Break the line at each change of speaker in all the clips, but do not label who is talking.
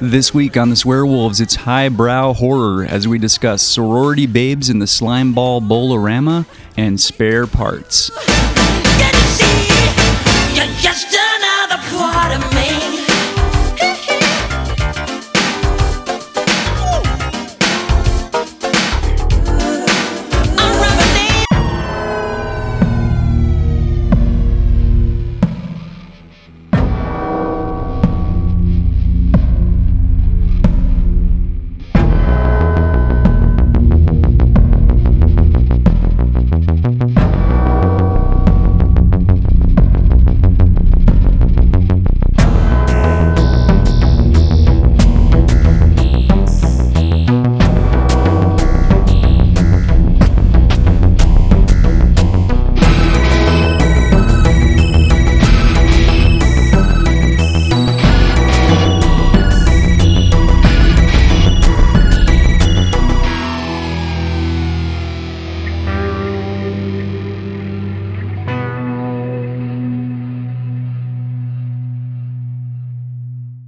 This week on The Swear Wolves, it's highbrow horror as we discuss sorority babes in the slime ball bolorama and spare parts.
Can you see? You're just another part of me. I'm rubbing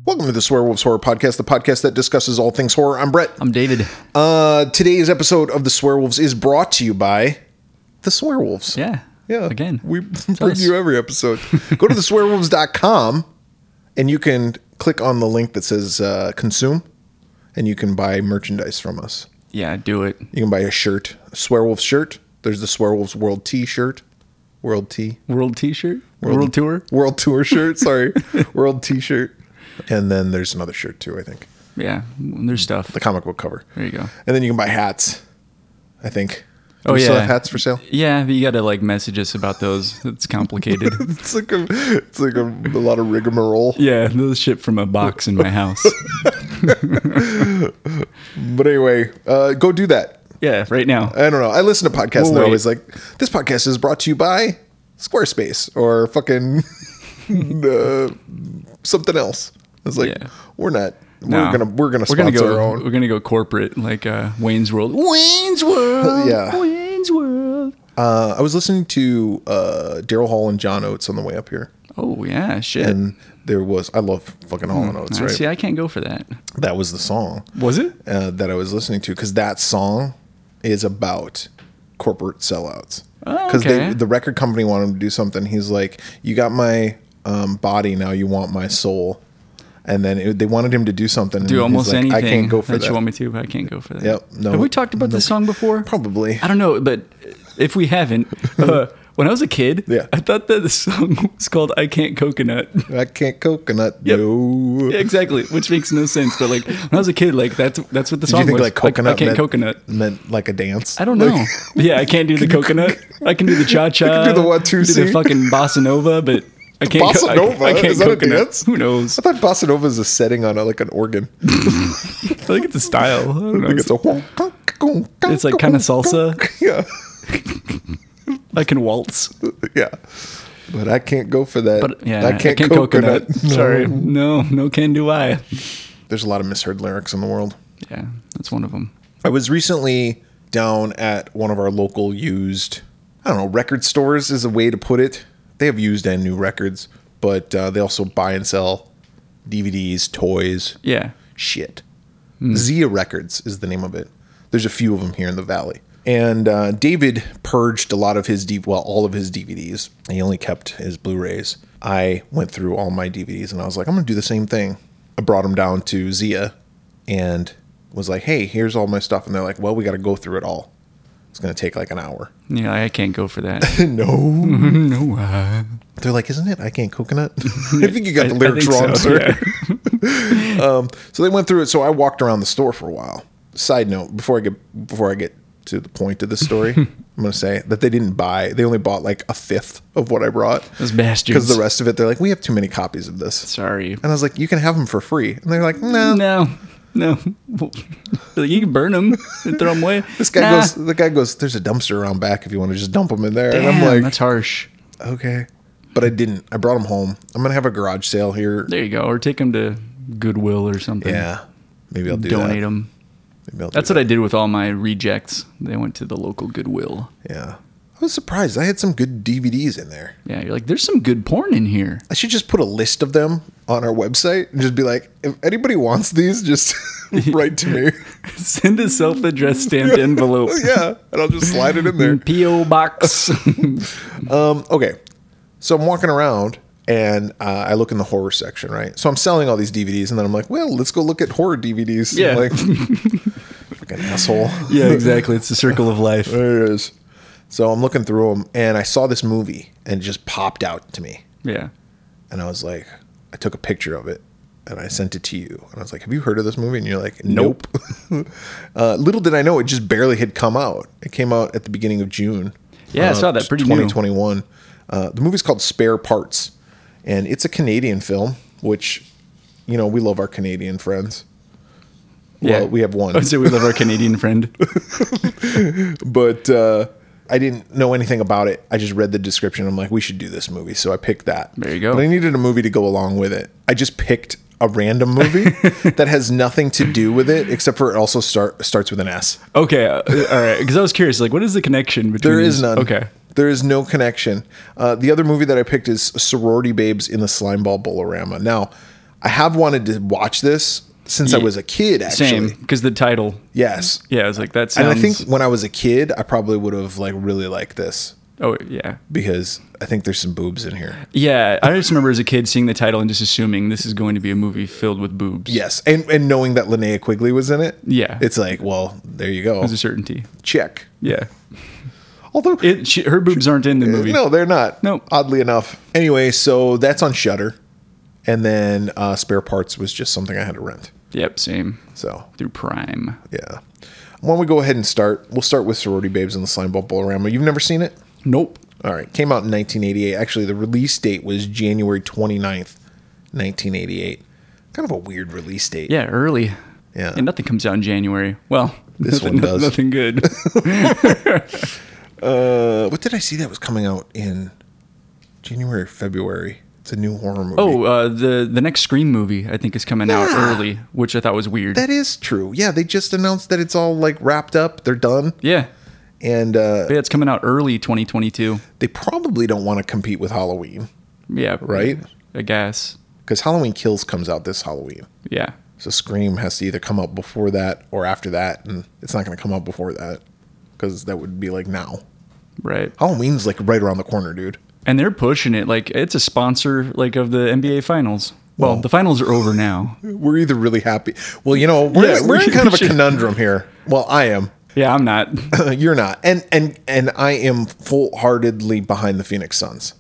Welcome to the Swear Wolves Horror Podcast, the podcast that discusses all things horror. I'm Brett.
I'm David.
Uh, today's episode of the Swear Wolves is brought to you by the Swear Wolves.
Yeah.
yeah.
Again.
we bring
us.
you every episode. Go to theswearwolves.com and you can click on the link that says uh, "Consume," and you can buy merchandise from us.
Yeah, do it.
You can buy a shirt, a Swear Wolf shirt. There's the Swear Wolves World T shirt, World T.
World t shirt? World, tour?
World Tour shirt. Sorry, World T shirt. And then there's another shirt too. I think
Yeah, there's stuff.
the comic book cover.
There you go.
And then you can buy hats. I think.
Oh,
Do we still
yeah.
have hats for sale.
Yeah, but you gotta like message us about those. It's complicated.
It's like a, it's like a, a lot of rigmarole.
yeah, those ship from a box in my house.
But anyway, uh, go do that.
Yeah, right now.
I don't know. I listen to podcasts
We'll
and they're
wait.
always like, this podcast is brought to you by Squarespace or fucking uh, something else. I was like,
Yeah.
we're not.
No.
We're gonna we're gonna
we're
sponsor
gonna go
our own.
we're gonna go corporate like uh, Wayne's World. Wayne's World.
Yeah.
Wayne's World.
Uh, I was listening to uh, Daryl Hall and John Oates on the way up here,
Oh yeah, shit.
and there was I love fucking Hall and Oates,
Mm, I
right?
See, I can't go for that.
That was the song.
Was it?
uh, that I was listening to because that song is about corporate sellouts.
Oh, okay.
they, the record company wanted him to do something. He's like, "You got my um, body now. You want my soul." And then it, they wanted him to do something. and
Do
he's
almost
like,
anything
I can't go for
that,
that.
you want me to, but I can't go for that.
Yep, no,
Have we talked about
no.
this song before?
Probably.
I don't know, but if we haven't, uh, when I was a kid,
Yeah.
I thought that the song was called "I Can't Coconut."
I can't coconut.
Yep.
No.
Yeah, exactly, which makes no sense. But like when I was a kid, like that's that's what the
Do
song
you think
was.
like coconut?
I can't
meant,
coconut.
meant like a dance.
I don't know. yeah, I can't do the coconut. I can do the cha cha.
I can do the what, two,
Do the
see?
fucking bossa nova, but I can't. co-
Bossa
I-
nova?
I, can't
Is that a
coconut.
dance?
Who knows?
I thought bossa nova is a setting on a, like an organ.
I think it's a style. I don't know.
Like it's a
It's like kinda salsa.
Yeah,
I can waltz,
yeah. But I can't go for that.
but yeah,
I can't, coconut. No.
Sorry, no, no can do I.
there's a lot of misheard lyrics in the world.
Yeah, that's one of them.
I was recently down at one of our local used, I don't know, record stores is a way to put it. They have used and new records, but uh, they also buy and sell DVDs, toys,
Yeah,
shit.
Hmm.
Zia Records is the name of it. There's a few of them here in the valley. And uh, David purged a lot of his deep, well, all of his DVDs. He only kept his Blu-rays. I went through all my DVDs and I was like, I'm gonna do the same thing. I brought them down to Zia, and was like, Hey, here's all my stuff. And they're like, Well, we got to go through it all. It's gonna take like an hour.
yeah, I can't go for that.
no,
no, I,
they're like, Isn't it? I can't coconut. I think you got
I
the lyrics
think
wrong,
so,
sir.
yeah.
So they went through it. So I walked around the store for a while. Side note: before I get before I get to the point of the story, I'm going to say that they didn't buy. They only bought like a fifth of what I brought
Those bastards.
because the rest of it, they're like, we have too many copies of this.
Sorry.
And I was like, you can have them for free. And they're like, nah.
No, no. Like, you can burn them and throw them away.
This guy
Nah.
goes. The guy goes. There's a dumpster around back if you want to just dump them in there.
Damn,
and I'm
that's
like,
harsh.
okay. But I didn't. I brought them home. I'm gonna have a garage sale here.
There you go. Or take them to Goodwill or something.
Yeah. Maybe I'll do
Donate
that.
them.
Maybe I'll do
That's
that.
what I did with all my rejects. They went to the local Goodwill.
Yeah. I was surprised. I had some good DVDs in there.
Yeah, you're like, there's some good porn in here.
I should just put a list of them on our website and just be like, if anybody wants these, just write to me.
Send a self-addressed stamped envelope.
yeah, and I'll just slide it in there.
P.O. box.
Okay, so I'm walking around and uh, I look in the horror section, right? So I'm selling all these DVDs, and then I'm like, well, let's go look at horror DVDs.
Yeah.
like, fucking asshole.
yeah, exactly. It's the circle of life.
There it is. So I'm looking through them, and I saw this movie, and it just popped out to me.
Yeah.
And I was like, I took a picture of it and I sent it to you. And I was like, Have you heard of this movie? And you're like, Nope. uh, little did I know, it just barely had come out. It came out at the beginning of June.
Yeah, I
uh,
saw that. Pretty new.
2021. Uh, the movie's called Spare Parts, and it's a Canadian film, which, you know, we love our Canadian friends.
Yeah.
Well, we have one.
I would say we love our Canadian friend.
but uh, I didn't know anything about it. I just read the description. I'm like, we should do this movie. So I picked that.
There you go.
But I needed a movie to go along with it. I just picked a random movie that has nothing to do with it, except for it also start starts with an S.
Okay, uh, all right. Because I was curious, like, what is the connection between?
There is
these-
none.
Okay.
There is no connection. Uh, the other movie that I picked is Sorority Babes in the Slimeball Bolorama. Now, I have wanted to watch this since I
Ye-
was a kid, actually.
Same, because the title.
Yes.
Yeah, I was like, that
And
sounds.
I think when I was a kid, I probably would have like really liked this.
Oh yeah,
because I think there's some boobs in here.
yeah. I just remember as a kid seeing the title and just assuming this is going to be a movie filled with boobs.
Yes, and and knowing that Linnea Quigley was in it,
Yeah.
it's like, well, there you go,
There's a certainty.
check.
Yeah.
Although,
It. She, her boobs aren't in the movie.
Uh, no, they're not.
Nope.
oddly enough. Anyway, so that's on Shutter, and then uh, Spare Parts was just something I had to rent.
Yep. Same.
So
Through Prime.
yeah, why don't we go ahead and start? We'll start with Sorority Babes and the Slime Ball Bolorama. You've never seen it?
Nope.
All right, came out in 1988. Actually, the release date was January 29th, 1988. Kind of a weird release date.
Yeah. Early.
Yeah.
And nothing comes out in January. Well,
This
nothing,
one does.
Nothing good.
Uh, what did I see that was coming out in January or February? It's a new horror movie.
oh, uh, the the next Scream movie I think is coming out
Yeah.
early, which I thought was weird.
that is true. Yeah, they just announced that it's all like wrapped up. They're done,
yeah.
and uh,
Yeah, it's coming out early 2022.
they probably don't want to compete with Halloween
Yeah.
Right?
I guess.
because Halloween Kills comes out this Halloween.
Yeah.
So Scream has to either come out before that or after that, and it's not going to come out before that because that would be like now.
Right.
Halloween's like right around the corner, dude.
And they're pushing it like it's a sponsor like of the NBA finals. Well,
Well-
the finals are over now.
We're either really happy. Well, you know, we're,
Yeah,
in- we're
we
in kind of a
should-
conundrum here. Well, I am.
Yeah, I'm not.
You're not. And and and I am full-heartedly behind the Phoenix Suns.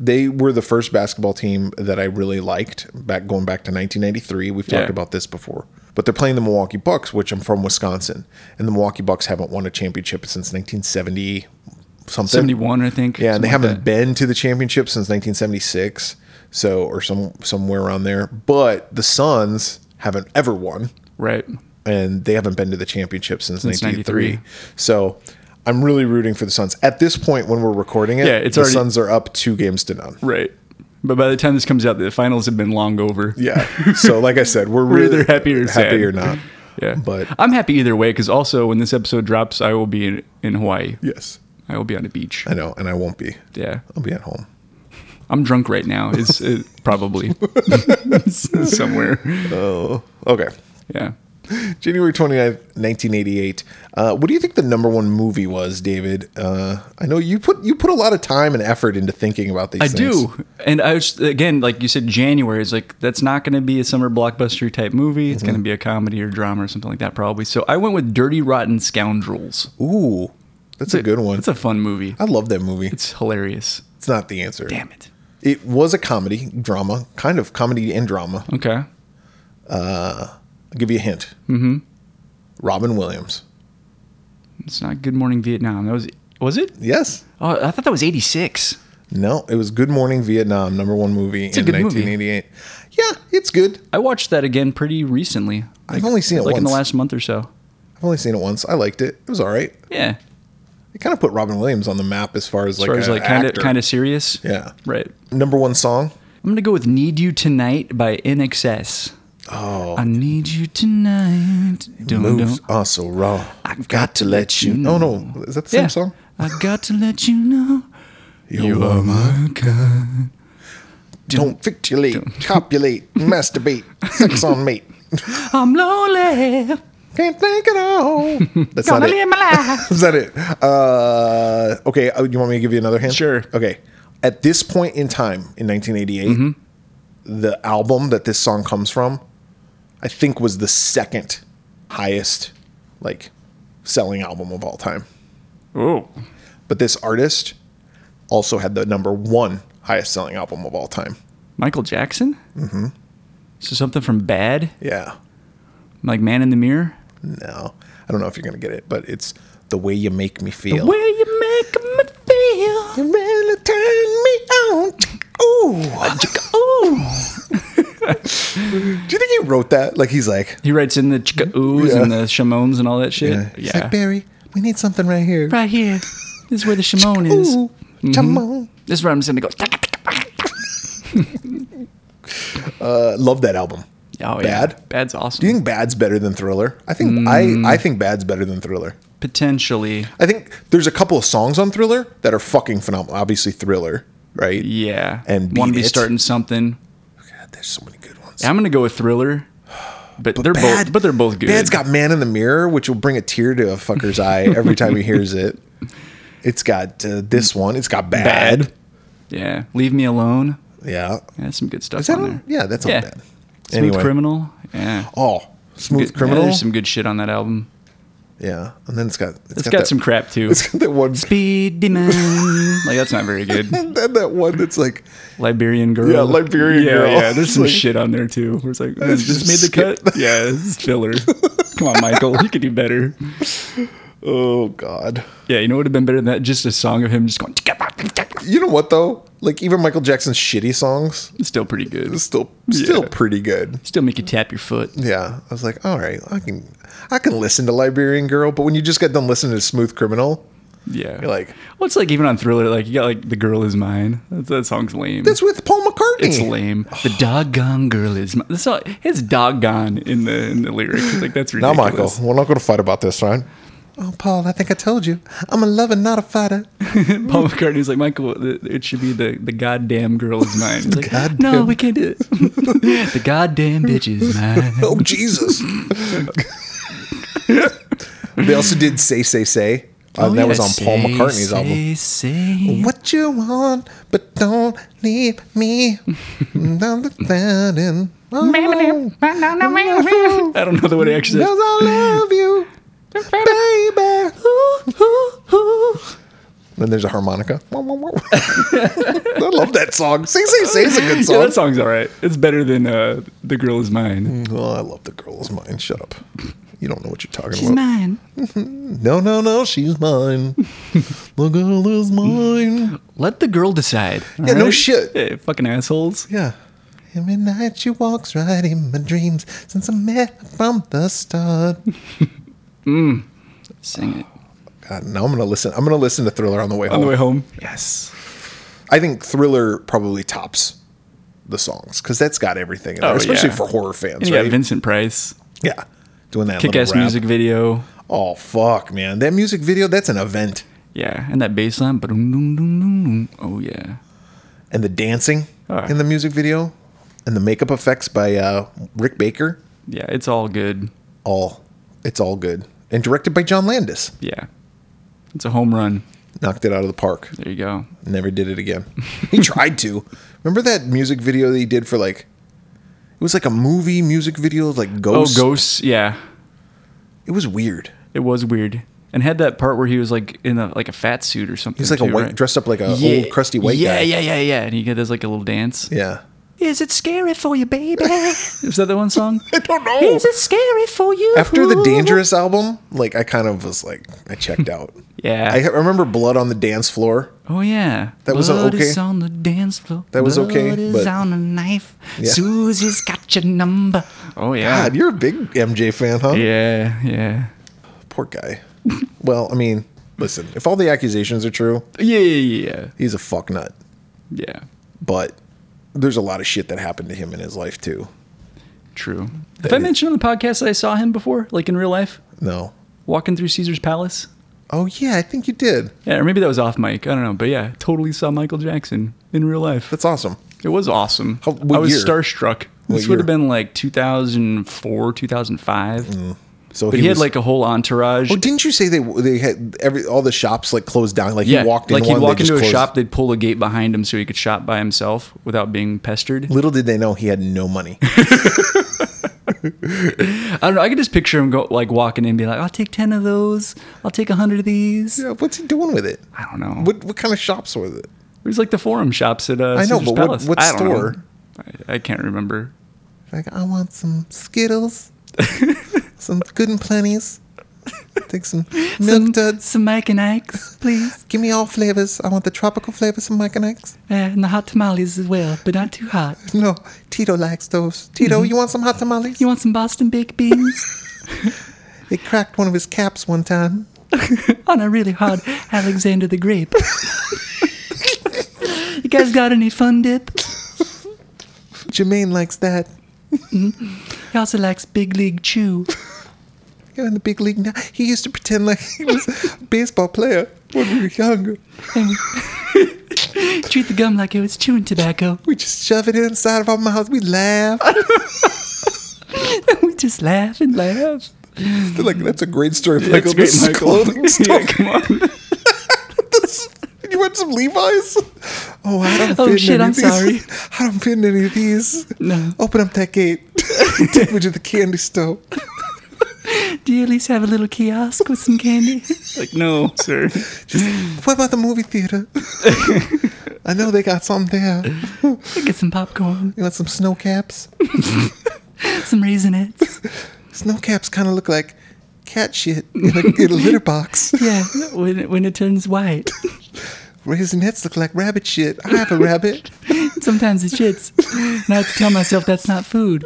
They were the first basketball team that I really liked back going back to 1993. We've talked
Yeah.
about this before. But they're playing the Milwaukee Bucks, which I'm from Wisconsin, and the Milwaukee Bucks haven't won a championship since 1970 something.
71, I think.
Yeah, and they
something
haven't
like that.
been to the championship since 1976, so or some somewhere around there. But the Suns haven't ever won
Right.
and they haven't been to the championship since,
Since
1993. So I'm really rooting for the Suns. At this point, when we're recording it,
Yeah, it's
the
already-
Suns are up two games to none.
Right. But by the time this comes out, the finals have been long over.
Yeah. So, like I said, we're, really
either happy or
happy
sad.
or not.
Yeah.
But-
I'm happy either way because also when this episode drops, I will be in, in Hawaii.
Yes,
I will be on a beach.
I know, and I won't be.
Yeah.
I'll be at home.
I'm drunk right now. It's uh, probably somewhere.
Okay.
Yeah.
January 29th, 1988. Uh, what do you think the number one movie was, David? Uh, I know you put you put a lot of time and effort into thinking about these
I
things.
do. And I was again, like you said, January is like that's not going to be a summer blockbuster type movie. It's
Mm-hmm.
going to be a comedy or drama or something like that, probably. So I went with Dirty Rotten Scoundrels.
Ooh, that's a good one.
It's a fun movie.
I love that movie.
It's hilarious.
It's not the answer.
Damn it.
It was a comedy, drama, kind of comedy and drama.
Okay.
I'll give you a hint. Mm-hmm. Robin Williams.
It's not Good Morning Vietnam. That was was it?
Yes.
Oh, I thought that was '86.
No, it was Good Morning Vietnam, number one movie
a
in
good movie.
1988. Yeah, it's good.
I watched that again pretty recently, like,
I've only seen it
like in
once.
the last month or so.
I've only seen it once. I liked it. It was all right.
Yeah.
It kind of put Robin Williams on the map as far as
As
like
far as
a
like kind of
actor.
kind of serious.
yeah.
Right.
Number one song.
I'm gonna go with "Need You Tonight" by NXS.
Oh.
I need you tonight. Don't,
Moves
don't.
are so raw. I've got to let you.
know.
Oh no, is that the same song?
I got to let you know
You,
are my kind.
don't fitulate, copulate, masturbate, sex on mate.
I'm lonely.
Can't think it all. That's not
Gonna
it.
live my life.
Is that it? Uh, okay. uh, You want me to give you another hint?
Sure.
Okay. At this point in time, in 1988, the album that this song comes from, I think, was the second highest, like, selling album of all time.
Oh,
But this artist also had the number one highest selling album of all time.
Michael Jackson. Mm-hmm. So something from Bad,
Yeah.
like Man in the Mirror.
No, I don't know if you're gonna get it, but it's the way you make me
Where
feel.
you make me feel.
You really turn me on. Ooh. Do you think he wrote that? Like he's like,
He writes in the chicka oohs and the shamones and all that shit.
yeah. He's like, Barry, we need something right here.
right here. This is where the shamone is.
Ooh, come on.
This is where I'm just gonna go.
Uh, love that album.
Oh, Yeah.
Bad?
Bad's awesome.
Do you think Bad's better than Thriller? I think I I think Bad's better than Thriller.
Potentially,
I think there's a couple of songs on Thriller that are fucking phenomenal. Obviously, Thriller, right?
yeah.
And
want to
Beat
be
It.
starting something.
God, there's so many good ones.
I'm gonna go with Thriller, but, they're both but they're both good.
Bad's got Man in the Mirror, which will bring a tear to a fucker's eye every time he hears it. It's got uh, this one. It's got Bad.
Bad. yeah. Leave me alone.
Yeah.
That's some good stuff
Is that
on
on?
there.
Yeah, that's on
Yeah.
Bad.
Smooth Criminal. Yeah.
Oh, Smooth
Good- yeah,
Criminal. Yeah,
there's some good shit on that album.
And then it's got
It's got,
that,
some crap too.
It's got that one
Speed Demon. like that's not very good.
that, that one that's like
Liberian Girl.
Yeah, Liberian
yeah,
Girl.
Yeah, there's some
Like-
shit on there too. Where it's like, this
just
just made the
skip
cut. yeah, this is filler. Come on, Michael, you could do better.
oh god.
Yeah, you know what would have been better than that? Just a song of him just going.
You know what though? Like even Michael Jackson's shitty songs
It's still pretty good.
is still still
Yeah.
pretty good.
Still make you tap your foot.
Yeah, I was like, all right, I can I can listen to Liberian Girl, but when you just got done listening to Smooth Criminal,
Yeah.
you're like,
well, it's like even on Thriller, like you got like the girl is mine. That, that song's lame.
that's with Paul McCartney.
It's lame. The doggone girl is. My, the song, it's doggone in the in the lyrics. It's Like that's
Now,
ridiculous.
Michael, we're not going to fight about this, right? Oh, Paul, I think I told you. I'm a lover, not a fighter.
Paul McCartney's like Michael. th- It should be the the goddamn girl is mine. He's like, no, we can't do it. the goddamn bitch is mine.
Oh, Jesus. they also did Say, Say, Say. Uh,
Oh,
that
yeah.
was on Paul
Say,
McCartney's album.
say, say.
What you want, but don't leave me. Now Oh, that that in-
I don't know the way it actually.
Because
Says.
I love you, baby. Ooh, ooh, ooh. Then there's a harmonica. Wah, wah, wah. I love that song. Say, say, say is a good
Yeah,
song.
that song's all right. It's better than uh, the girl is mine.
Oh, I love the girl is mine. Shut up. You don't know what you're talking
She's
about.
mine.
No, no, no. She's mine. the girl is mine.
Let the girl decide. all
Yeah, no shit.
Hey, fucking assholes.
Yeah. Every night she walks right in my dreams since I met her from the start.
Sing it
God, now I'm gonna listen. I'm gonna listen to Thriller on the way home.
on the way home.
Yes. I think Thriller probably tops the songs because that's got everything, in there,
Oh,
especially
yeah.
for horror fans,
And you got
right?
Vincent Price.
yeah, doing that little
Kick-ass
rap.
music video.
Oh fuck, man, that music video—that's an event.
Yeah, and that bass line. ba-dum-dum-dum-dum-dum. Oh yeah.
And the dancing
Ah.
in the music video, and the makeup effects by uh, Rick Baker.
Yeah, it's all good.
All, it's all good. And directed by John Landis.
Yeah. It's a home run.
Knocked it out of the park.
There you go.
Never did it again. he tried to. Remember that music video that he did for like, it was like a movie music video, like
Oh,
Ghost.
ghosts. Yeah.
It was weird.
It was weird. And had that part where he was like in a like a fat suit or something.
He's like a
too,
white,
right?
dressed up like a
Yeah.
old crusty white
yeah,
guy.
Yeah, yeah, yeah, And he does like a little dance.
yeah.
Is it scary for you, baby? Is that the one song?
I don't know.
Is it scary for you?
After the Dangerous album, like I kind of was like I checked out.
Yeah.
I remember Blood on the Dance Floor.
Oh yeah,
That was
Blood
okay.
Is on the dance floor.
That was
Blood
okay,
is
but-
on a knife. Susie's got your number. Oh yeah,
God, you're a big MJ fan, huh?
yeah, yeah,
Poor guy. well, I mean, listen, if all the accusations are true,
yeah, yeah,
he's a fuck nut.
yeah.
But there's a lot of shit that happened to him in his life too.
True. Have I mentioned on the podcast that I saw him before, like in real life,
No.
walking through Caesar's Palace?
Oh yeah, I think you did.
Yeah, or maybe that was off mic. I don't know. But yeah, totally saw Michael Jackson in real life.
That's awesome.
It was awesome.
How- what
I was
year?
starstruck. This
What
would have
year?
been like 2004, 2005.
So
But he, had
Mm. was-
like a whole entourage.
Oh, didn't you say they they had every all the shops like closed down? Like
yeah,
he walked in
like he'd
one, they
walk
just
into a
closed-
shop, they'd pull a gate behind him so he could shop by himself without being pestered.
Little did they know he had no money.
I don't know. I could just picture him go like walking in and be like, "I'll take ten of those. I'll take a hundred of these."
Yeah, What's he doing with it?
I don't know.
What what kind of shops was it?
It was like the Forum shops at uh,
I know,
Caesar's
but what-
Palace.
what
I don't know.
store?
I, I can't remember.
Like I want some Skittles, some Good and Plenty's. Take some milk duds.
some Mike and Ike's, please, Uh,
Give me all flavors. I want the tropical flavors of Mike and X.
and the hot tamales as well, but not too hot. Mm-hmm.
No, Tito likes those. Tito, you want some hot tamales?
want some Boston baked beans
They cracked one of his caps one time.
on a really hard Alexander the Grape? you guys got any fun dip?
Jermaine likes that.
He also likes Big League Chew.
You're in the big league now. He used to pretend like he was a baseball player when we were younger.
Treat the gum like it was chewing tobacco.
We just shove it inside of our mouths. We laugh.
we just laugh and laugh.
like that's a great story. Michael.
That's
This is clothing
yeah,
store.
come on.
You want some Levi's? Oh, I don't
Oh,
fit
shit,
in any
I'm
of these.
sorry.
I don't fit in any of these.
No.
Open up that gate. Take me to the candy store.
Do you at least have a little kiosk with some candy? like, no, sir.
What about the movie theater? I know they got some there. You
Get some popcorn,
want some snow caps?
some raisinettes.
Snow caps kind of look like cat shit in a, in a litter box.
Yeah, when it, when it turns white.
Raisinets look like rabbit shit. I have a rabbit.
Sometimes it shits. And I have to tell myself that's not food.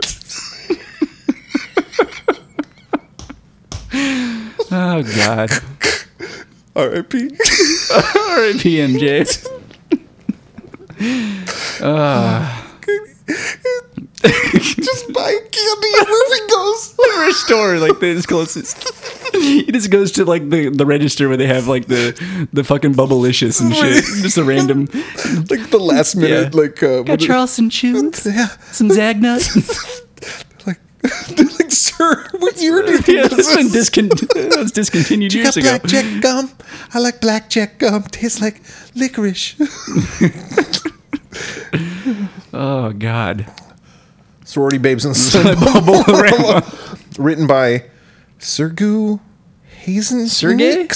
oh, God.
R.I.P.
R.I.P. MJ.
Just buy candy and movie goes.
Every store, like, that is closest. He just goes to, like, the, the register where they have, like, the, the fucking Bubblicious and shit. Just a random.
Like the last minute,
Yeah.
like uh,
Got
what-
Charleston chews,
yeah,
some Zagnut.
like, like sir, what year did
yeah,
you do
that's been
this?
discon- that was discontinued
You got
years ago.
blackjack gum. I like blackjack gum. Tastes like licorice.
Oh, God.
Sorority babes and Sun
Bubble
written by Sergu Hazen
Sergei?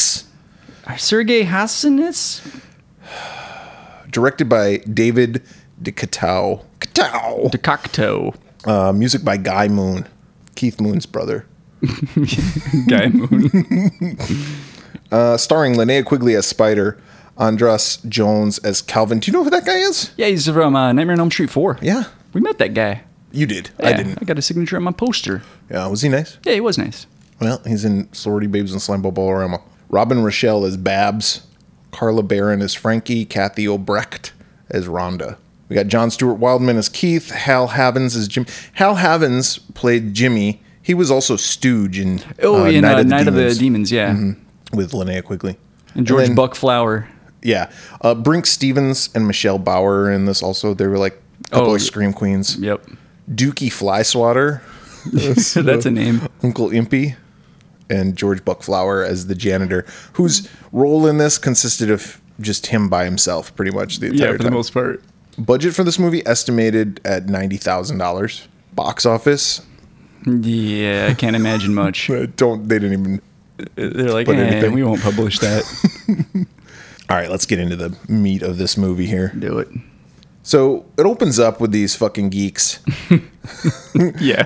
Sergey Hasanis?
directed by David DeCatow. Katow.
Cocteau.
Uh, music by Guy Moon, Keith Moon's brother.
Guy Moon.
Uh, starring Linnea Quigley as Spider, Andras Jones as Calvin. Do you know who that guy is?
Yeah, he's from uh, Nightmare on Elm Street 4.
Yeah.
We met that guy.
You did. I
Yeah,
didn't.
I got a signature on my poster.
Yeah, was he nice?
Yeah, he was nice.
Well, he's in Sorority Babes and Slime Ballorama. Robin Rochelle as Babs. Carla Barron as Frankie. Kathy Obrecht as Rhonda. We got John Stewart Wildman as Keith. Hal Havens as Jim. Hal Havens played Jimmy. He was also Stooge in
Oh,
uh,
in
Night,
uh,
of, the
Night of the
Demons
Demons, yeah.
with Linnea Quigley.
And George
then-
Buckflower.
Yeah. Uh, Brink Stevens and Michelle Bauer are in this also. They were like a couple
Oh,
of
yeah.
Scream Queens.
Yep.
Dookie Fly Swatter.
That's a name.
Uncle Impy and George Buckflower as the janitor, whose role in this consisted of just him by himself pretty much the entire
Yeah, for the
time.
most part.
Budget for this movie estimated at $90,000. Box office,
Yeah, I can't imagine much.
uh, don't they didn't even
They're like,
But
eh,
anything.
we won't publish that.
All right, let's get into the meat of this movie here.
Do it.
So, it opens up with these fucking geeks,
Yeah.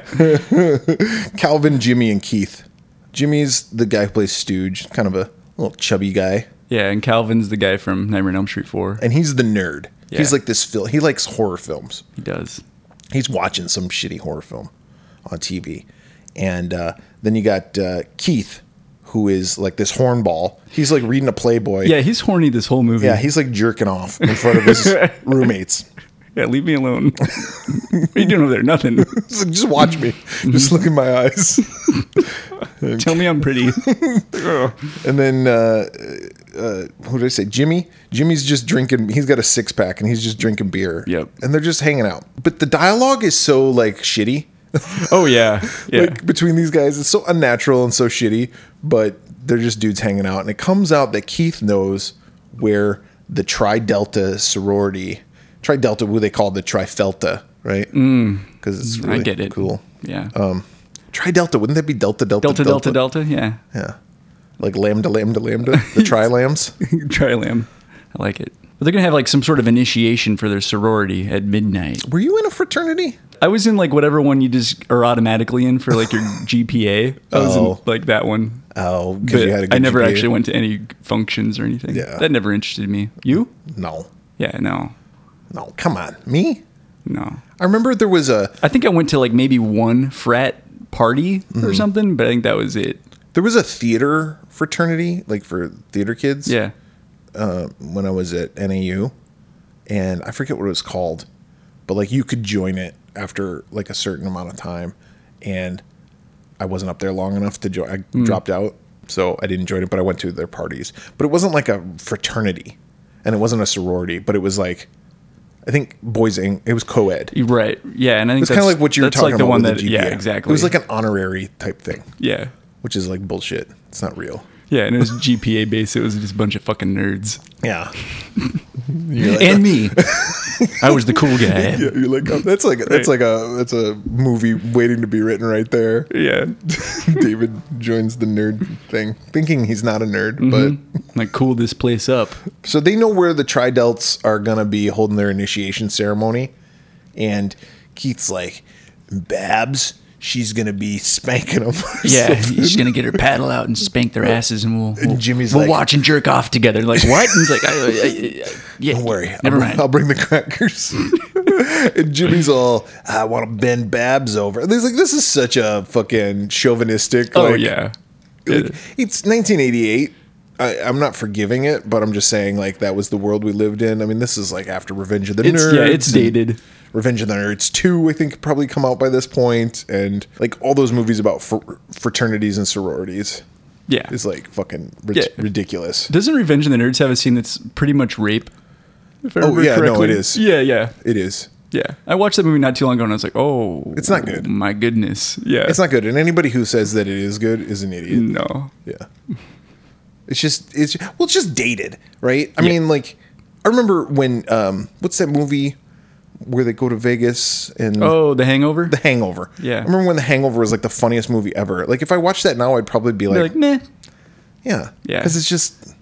Calvin, Jimmy, and Keith. Jimmy's the guy who plays Stooge, kind of a little chubby guy.
Yeah, and Calvin's the guy from Nightmare on Elm Street 4.
and he's the nerd. He's
Yeah.
like this film. He likes horror films.
He does.
He's watching some shitty horror film on TV, and uh, then you got uh, Keith, who is like this hornball. He's like reading a Playboy.
Yeah, he's horny this whole movie.
Yeah, he's like jerking off in front of his roommates.
Yeah, leave me alone. what are you doing over there? Nothing.
It's like, just watch me. Just look in my eyes.
Tell me I'm pretty. Ugh.
And then uh, uh, who did I say? Jimmy. Jimmy's just drinking. He's got a six pack and he's just drinking beer.
Yep.
And they're just hanging out. But the dialogue is so like shitty.
oh yeah, yeah.
Like between these guys, it's so unnatural and so shitty. But they're just dudes hanging out, and it comes out that Keith knows where the Tri Delta sorority, Tri Delta, who they call the Trifelta, right? Because it's
Mm. I
really
get it.
cool.
Yeah.
Um, Tri Delta, wouldn't that be Delta Delta
delta, uh, delta, delta. Yeah.
Yeah. Like lambda, lambda, lambda, the tri lambs.
Try lamb. I like it. But they're gonna have like some sort of initiation for their sorority at midnight.
Were you in a fraternity?
I was in like whatever one you just are automatically in for like your GPA. I was in
Oh.
like that one.
Oh,
But
because you had a good
I never
GPA?
actually went to any functions or anything.
Yeah.
That never interested me. You?
No,
Yeah, no.
no, come on, me.
No.
I remember there was a
I think I went to like maybe one frat party
Mm-hmm.
or something, but I think that was it.
there was a theater fraternity, like for theater kids.
Yeah.
when I was at NAU, and I forget what it was called, but like you could join it after like a certain amount of time, and I wasn't up there long enough to join. I
Hmm.
dropped out, so I didn't join it. But I went to their parties, but it wasn't like a fraternity, and it wasn't a sorority, but it was like, I think boys and it was co-ed.
You're Right. Yeah, and I think
It's kind of like what you were
that's
talking
like
about.
the one
with
that
the GPA.
yeah, exactly.
It was like an honorary type thing,
Yeah.
which is like bullshit. It's not real.
Yeah, and it was GPA based. It was just a bunch of fucking nerds.
Yeah,
and me. I was the cool guy.
Yeah, you're like oh, that's like that's like a that's a movie waiting to be written right there.
Yeah.
David joins the nerd thing, thinking he's not a nerd,
Mm-hmm.
but
like cool this place up.
so they know where the Tridelts are gonna be holding their initiation ceremony, and Keith's like, Babs, she's gonna be spanking them. or
Yeah,
something."
she's gonna get her paddle out and spank their asses, and we'll, we'll
Jimmy's
we'll
like-
watch and jerk off together. Like what? And he's like, I, I, I, yeah,
Don't worry.
never
I'll,
mind.
I'll bring the crackers. and Jimmy's all, I want to bend Babs over. And he's like, this is such a fucking chauvinistic.
oh
like,
yeah,
Like,
Yeah.
it's 1988. I, I'm not forgiving it, but I'm just saying like that was the world we lived in. I mean, this is like after Revenge of the
It's-
Nerds.
yeah, it's
and
dated.
Revenge of the Nerds two, I think, probably come out by this point, and like all those movies about fr- fraternities and sororities
yeah.
is like fucking rid-
Yeah.
ridiculous.
Doesn't Revenge of the Nerds have a scene that's pretty much rape? If I
Oh,
remember
yeah, no, it is.
Yeah, yeah,
It is.
yeah. I watched that movie not too long ago, and I was like, oh,
It's not good.
My goodness, yeah,
It's not good, and anybody who says that it is good is an
Mm.
idiot.
No,
Yeah. It's just it's well, it's just dated, right? I mean, like I remember when um what's that movie where they go to Vegas and
oh, The Hangover.
The Hangover.
Yeah.
I remember when The Hangover was like the funniest movie ever. Like if I watched that now, I'd probably be
They're
like,
like, meh.
yeah.
Yeah.
Cuz it's just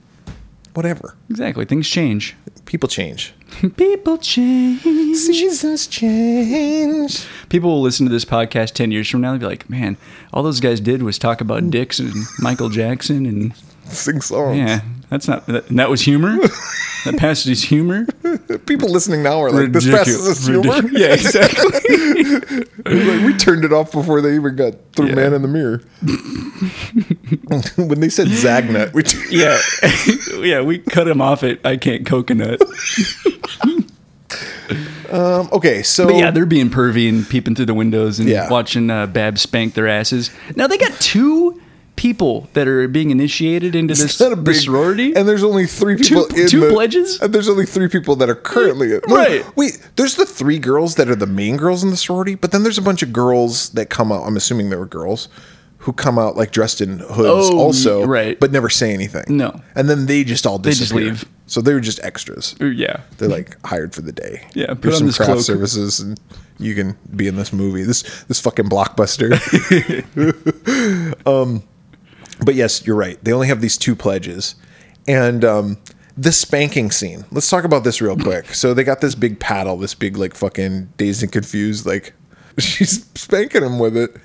whatever.
Exactly. Things change.
People change.
People change.
Seasons change.
people will listen to this podcast 10 years from now and be like, man, all those guys did was talk about dicks and Michael Jackson. And
Sing songs.
yeah, that's not, that, and that was humor. that passage is humor.
People listening now are like, this passes is humor.
Ridiculous. Yeah, exactly.
like, we turned it off before they even got through
Yeah.
Man in the Mirror. when they said Zagnut, we turned
yeah. yeah, we cut him off at I Can't Coconut.
um, Okay, so
But yeah, they're being pervy and peeping through the windows and
Yeah.
watching uh, Bab spank their asses. Now they got two people that are being initiated into
it's
this,
not a big-
this sorority.
and there's only three people in
two
the-
pledges?
and there's only three people that are currently in.
Right.
Wait, there's the three girls that are the main girls in the sorority, but then there's a bunch of girls that come out. I'm assuming they were girls who come out like dressed in hoods,
Oh,
also,
right.
but never say anything.
No.
and then they just all
just
disappear.
leave.
So they were just extras.
yeah.
They're like hired for the day.
Yeah, put
here's
on
some
this
craft
cloak.
services, and you can be in this movie. This this fucking blockbuster. um, but yes, you're right. They only have these two pledges, and um, this spanking scene. Let's talk about this real quick. So they got this big paddle, this big like fucking dazed and confused. Like she's spanking him with it,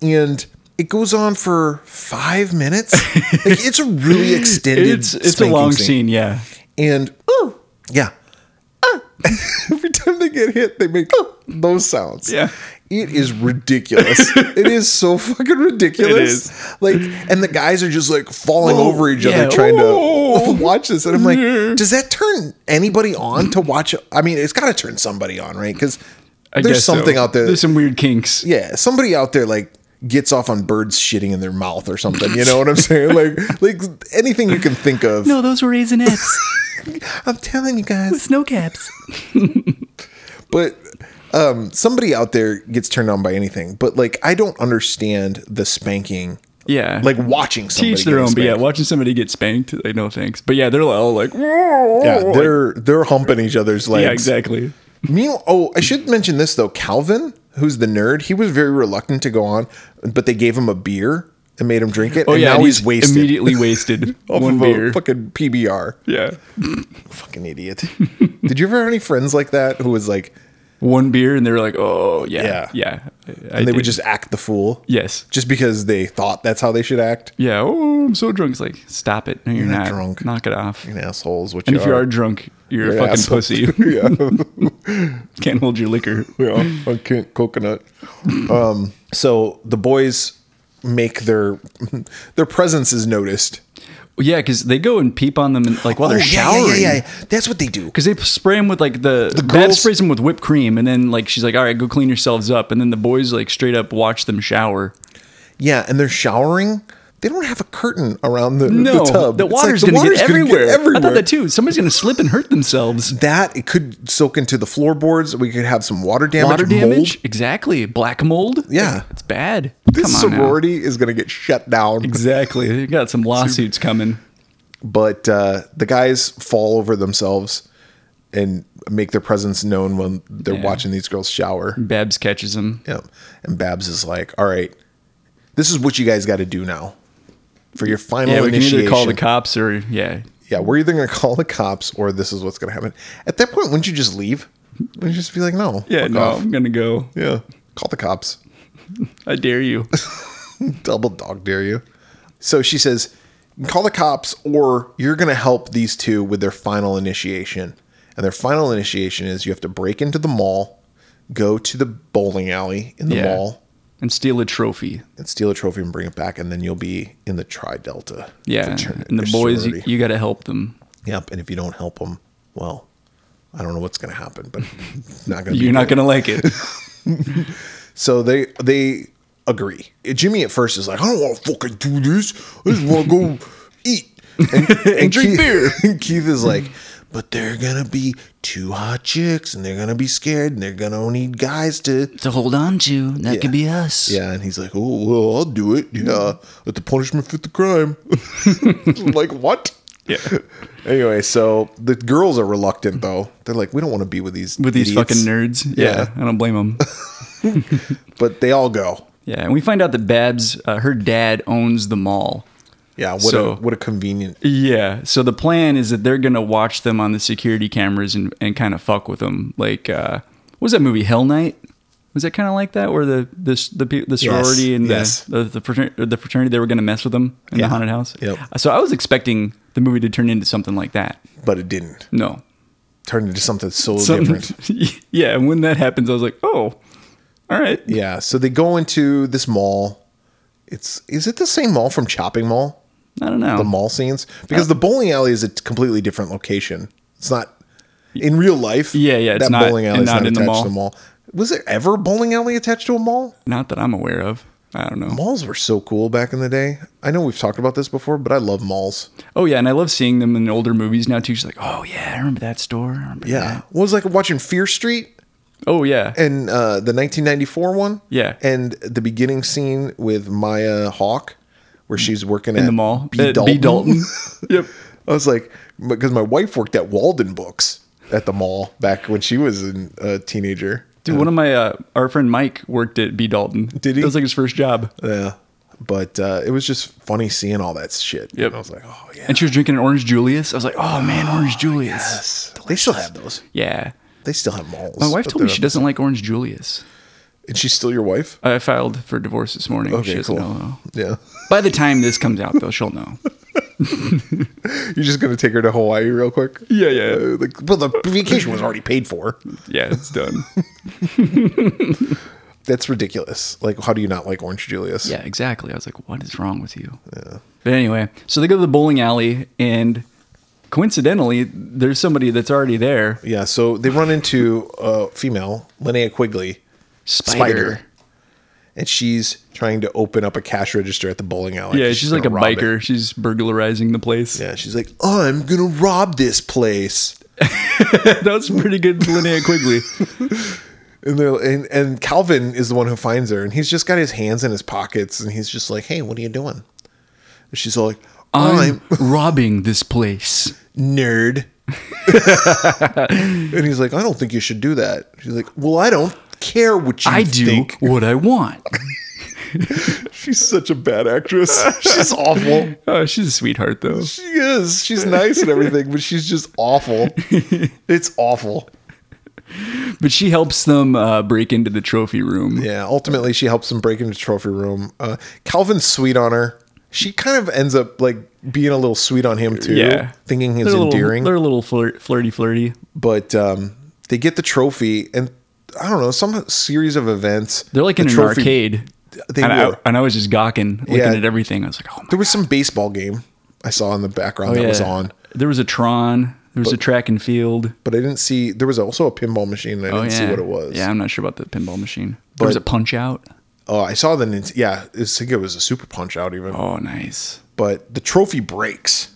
and. It goes on for five minutes. Like, it's a really extended.
It's it's a
spanking
long scene, yeah.
and yeah, every time they get hit, they make those sounds.
Yeah.
It is ridiculous. it is so fucking ridiculous.
is.
Like, and the guys are just like falling
Whoa,
over each
yeah,
other trying
whoa.
to watch this. And I'm like, does that turn anybody on to watch? it? I mean, it's got to turn somebody on, right? Because
I
there's
guess so.
something out there.
There's some weird kinks.
yeah, somebody out there like gets off on birds shitting in their mouth or something. You know what I'm saying? Like, like anything you can think of.
No, those were raisinettes
I'm telling you guys.
with snow caps.
but um, somebody out there gets turned on by anything. But like, I don't understand the spanking.
Yeah.
Like watching somebody
Teach their
getting
own, but yeah,
spanked.
watching somebody get spanked, like no thanks. But yeah, they're all like,
yeah, they're they're humping each other's legs.
yeah, exactly.
Meanwhile, oh, I should mention this though. Calvin, who's the nerd, he was very reluctant to go on, but they gave him a beer and made him drink it.
Oh
and
yeah,
now
and
he's, wasted.
immediately wasted.
off
one
of
beer.
a fucking PBR.
yeah,
Fucking idiot. Did you ever have any friends like that who was like,
one beer, and they were like, oh yeah,
Yeah.
yeah. I, I
and they would
did.
just act the fool?
yes,
Just because they thought that's how they should act?
yeah. Oh, I'm so drunk. It's like, stop it. No, you're,
not
not
drunk.
Knock it off.
Fucking assholes, which
and if you are drunk, you're, a
You're an
fucking
asshole.
pussy.
yeah.
Can't hold your liquor.
yeah, I can't coconut. Um, so the boys make their their presence is noticed
Yeah, because they go and peep on them, and like
Oh,
while they're showering.
That's what they do.
Because they spray him with like the, the
girls-
sprays him with whipped cream, and then like she's like, "All right, go clean yourselves up," and then the boys like straight up watch them shower.
Yeah, and they're showering. They don't have a curtain around the,
No,
the
the,
tub. It's like,
water's
the
gonna
water's
get
gonna
everywhere. I
everywhere.
thought that too. Somebody's gonna slip and hurt themselves.
That, it could soak into the floorboards. We could have some water damage.
Water
mold.
damage, exactly. Black mold.
Yeah.
it's bad.
This
Come on now.
sorority is gonna get shut down.
Exactly. They got some lawsuits coming.
But uh, the guys fall over themselves and make their presence known when they're
Yeah.
watching these girls shower.
Babs catches him.
Yeah. And Babs is like, all right, this is what you guys got to do now for your final
Yeah, we can
initiation.
either call the cops or yeah.
yeah, we're either going to call the cops or this is what's going to happen. At that point, wouldn't you just leave? Wouldn't you just be like, no.
Yeah,
fuck
no,
off.
I'm gonna go.
Yeah. Call the cops.
I dare you.
Double dog dare you. So she says, "You can call the cops or you're going to help these two with their final initiation. And their final initiation is you have to break into the mall, go to the bowling alley in the
Yeah.
mall,
and steal a trophy.
and steal a trophy and bring it back, and then you'll be in the Tri Delta.
Yeah, and the boys, you, you got to help them.
yep. And if you don't help them, well, I don't know what's going to happen, but it's not going to.
You're not gonna like it.
So they they agree. Jimmy at first is like, I don't want to fucking do this. I just want to go eat and, and
drink beer.
And Keith is like, but they're gonna be two hot chicks, and they're gonna be scared, and they're gonna need guys to
to hold on to. That
could be
us.
Yeah, and he's like, "Oh well, I'll do it. Yeah, let the punishment fit the crime." like what?
Yeah.
Anyway, so the girls are reluctant though. They're like, "We don't want to be with these
With these
idiots."
fucking nerds.
Yeah.
Yeah. I don't blame them.
But they all go.
yeah. And we find out that Babs, uh, her dad owns the mall.
Yeah. What a
So-
what a convenient.
Yeah. So the plan is that they're going to watch them on the security cameras and, and kind of fuck with them. Like, uh, what was that movie, Hell Night? Was that kind of like that, where the this the pe- the sorority and the,
yes.
the the fraternity, the fraternity they were going to mess with them in
Yeah.
the haunted house? Uh,
Yep.
So I was expecting the movie to turn into something like that.
But it didn't
No,
turn into something so
Something-
different.
yeah, and when that happens, I was like, oh, all right.
Yeah. So they go into this mall. It's is it the same mall from Chopping Mall?
I don't know.
the mall scenes
Uh,
because the bowling alley is a t- completely different location. It's not in real life.
Yeah, yeah, it's
that
not-
bowling
and
alley is
not
not
in
attached
the mall.
to the mall. Was there ever a bowling alley attached to a mall?
Not that I'm aware of. I don't know.
Malls were so cool back in the day. I know we've talked about this before, but I love malls.
Oh yeah, and I love seeing them in older movies now too. She's like, oh yeah, I remember that store. I remember
Yeah,
that."
What was like watching Fear Street
Oh yeah.
and uh, the 1994 one.
Yeah.
and the beginning scene with Maya Hawke, where she's working at
in the mall.
B.
Uh,
Dalton.
yep.
I was like, because my wife worked at Walden Books at the mall back when she was an- a teenager.
Dude, one of my uh, our friend Mike worked at B Dalton.
Did he?
That was like his first job.
Yeah. But uh, it was just funny seeing all that shit.
Yep.
I was like, oh, yeah.
And she was drinking an orange Julius. I was like, oh man, orange Julius.
Yes. They still have those.
Yeah.
They still have malls.
My wife
but
told me
they're-
she doesn't like orange Julius.
And she's still your wife?
I filed for divorce this morning. Uh, she
Okay,
doesn't
cool.
know. though.
Yeah.
By the time this comes out, though, she'll know.
You're just gonna take her to Hawaii real quick.
Yeah, yeah.
Uh, like, well, the vacation was already paid for.
Yeah, it's done.
That's ridiculous. Like, how do you not like Orange Julius?
yeah, exactly. I was like, what is wrong with you? Yeah. But anyway, so they go to the bowling alley, and coincidentally, there's somebody that's already there.
Yeah, so they run into a female, Linnea Quigley,
Spider.
and she's trying to open up a cash register at the bowling alley.
Yeah, she's like a
gonna rob it.
biker. She's burglarizing the place.
Yeah, she's like, "Oh, I'm gonna rob this place.
that was pretty good, Linnea Quigley.
And, they're, and and Calvin is the one who finds her, and he's just got his hands in his pockets, and he's just like, Hey, what are you doing? And she's all like, "Oh,
I'm
I'm,
robbing this place.
nerd. and he's like, I don't think you should do that. She's like, Well, I don't care what you
I do
think.
what I want.
She's such a bad actress. she's awful.
Oh, she's a sweetheart, though.
She is. She's nice and everything, but she's just awful. It's awful.
But she helps them uh, break into the trophy room.
Yeah, ultimately she helps him break into the trophy room. Uh, Calvin's sweet on her. She kind of ends up like being a little sweet on him too,
Yeah.
thinking he's
They're a little-
endearing.
they're a little flirt, flirty, flirty.
but um, they get the trophy, and I don't know some series of events.
They're like
the
in an
trophy-
arcade.
They
and,
were.
I, and I was just gawking, looking
Yeah.
at everything. I was like, oh my
There was some baseball game I saw in the background that was
Oh, yeah.
on,
There was a Tron. There was a track and field.
but I didn't see. There was also a pinball machine. And I
Oh,
didn't
yeah.
see what it was.
Yeah, I'm not sure about the pinball machine. there was a
But-
punch out.
Oh, I saw the. Nint- Yeah, I think it was a Super Punch Out even.
Oh, nice.
But the trophy breaks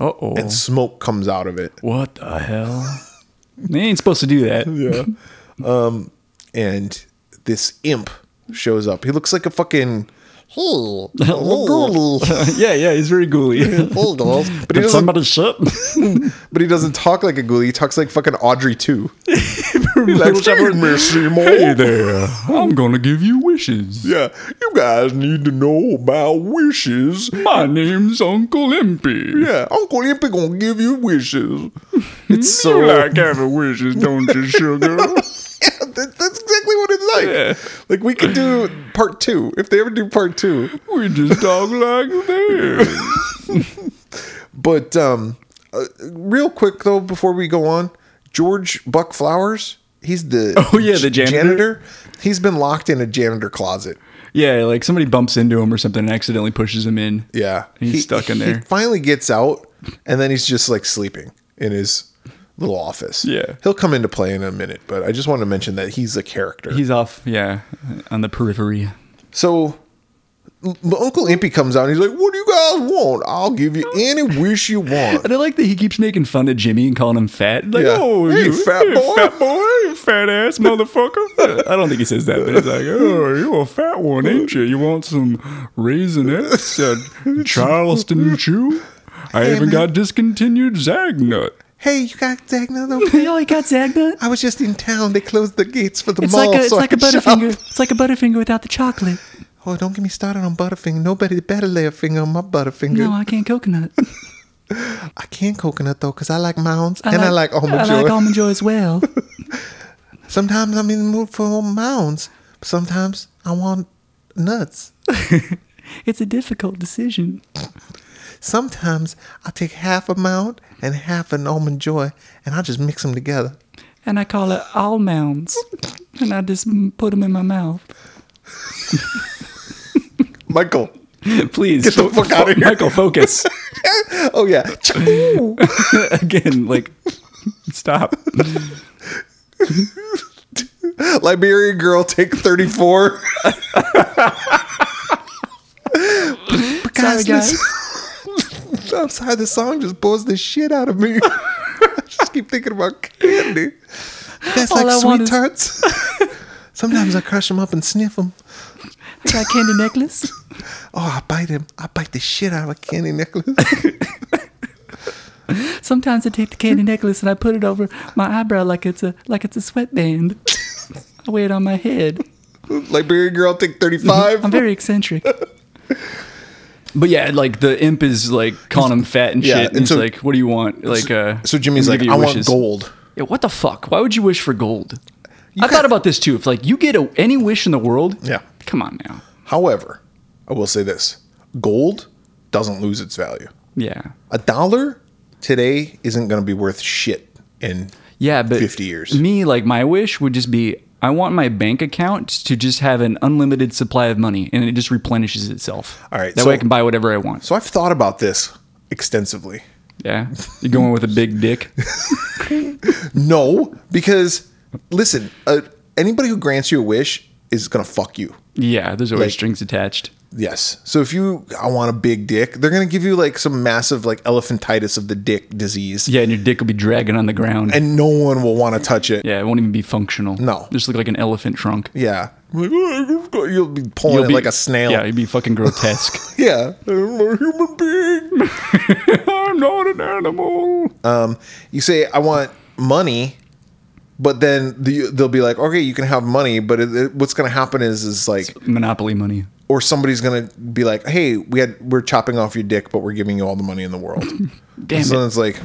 Uh oh.
and smoke comes out of it.
What the hell? they ain't supposed to do that.
and this imp shows up. He looks like a fucking. but
yeah, yeah, he's very ghouly.
he doesn't.
shut?
But he doesn't talk like a ghoulie. He talks like fucking Audrey too.
Little Shepard,
Hey there.
I'm gonna give you wishes.
Yeah, you guys need to know about wishes.
My name's Uncle Impy.
Yeah, Uncle Impy gonna give you wishes.
Hmm.
It's so
You like having wishes, don't you, sugar?
Yeah, that- that's exactly what it's like. Like we could do part two if they ever do part two.
we just talk like this.
But um, uh, real quick though, before we go on, George Buck Flowers, he's the
Oh, yeah, the janitor.
He's been locked in a janitor closet.
Yeah, like somebody bumps into him or something and accidentally pushes him in.
Yeah,
He's stuck in
He
there.
finally gets out, and then he's just like sleeping in his little office.
Yeah.
he'll come into play in a minute, but I just want to mention that he's a character.
He's off, yeah, on the periphery.
so. M- Uncle Impy comes out and he's like, What do you guys want? I'll give you any wish you want.
And I like that he keeps making fun of Jimmy and calling him fat. Like,
Yeah.
oh,
Hey, fat boy."
fat boy, you fat ass motherfucker. I don't think he says that, but he's like, oh, you a fat one, ain't you? You want some raisinettes, uh, Charleston Chew? I even
man.
got discontinued Zagnut.
Hey, you got Zagnut?
Oh, you got Zagnut?
I was just in town. They closed the gates for the
It's
mall.
like a, it's
so I
like a
could shop.
butterfinger. It's like a butterfinger without the chocolate.
Oh, don't get me started on Butterfinger. Nobody better lay a finger on my Butterfinger.
No, I can't coconut.
I can coconut though, cause I like mounds and I like almond
I
joy.
like almond joy as well.
sometimes I'm in the mood for mounds. But sometimes I want nuts.
It's a difficult decision.
Sometimes I take half a mound and half an almond joy, and I just mix them together.
And I call it almonds. And I just m- put them in my mouth.
Michael.
Please.
Get the fuck
fo-
outta here.
Michael, focus.
Oh yeah.
Again, like, stop.
Liberian girl, take thirty-four. But
Sorry, guys.
this- I'm sorry. The song just bores the shit out of me. I just keep thinking about candy. That's
All
like
I want
sweet
is-
tarts. Sometimes I crush them up and sniff them.
I got a candy necklace.
Oh, I bite him. I bite the shit out of a candy necklace.
Sometimes I take the candy necklace and I put it over my eyebrow like it's a like it's a sweatband. I wear it on my head.
Liberian girl, take 35.
I'm very eccentric.
But yeah, like the imp is like calling him fat and
Yeah,
shit. And
and
he's
so-
like, "What do you want?" Like, uh,
so Jimmy's
let
like,
me give
I
you
want
wishes."
gold.
Yeah, what the fuck? Why would you wish for gold? I
got-
thought about this too. If like you get a, any wish in the world,
Yeah.
come on now.
However, I will say this gold doesn't lose its value.
Yeah.
A dollar today isn't going to be worth shit in
Yeah, but
50 years.
Me, like my wish would just be I want my bank account to just have an unlimited supply of money and it just replenishes itself.
All right,
That
so-
way I can buy whatever I want.
So I've thought about this extensively.
Yeah. You're going with a big dick.
No, because listen, uh, anybody who grants you a wish is going to fuck you.
Yeah, there's always
Like-
strings attached.
Yes. So if you, I want a big dick, they're going to give you like some massive like elephantitis of the dick disease.
Yeah, and your dick will be dragging on the ground.
And no one will want to touch it.
yeah, it won't even be functional.
No.
Just look like an elephant trunk.
Yeah. Like, "Oh, You'll be pulling it like a snail.
Yeah, you'd be fucking grotesque.
Yeah. I'm a human being.
I'm not an animal.
Um, You say, I want money, but then the, they'll be like, okay, you can have money, but it, it- what's going to happen is, is like,
Monopoly money.
or somebody's going to be like, hey, we had, we're chopping off your dick, but we're giving you all the money in the world.
Damn
so
it.
it's like,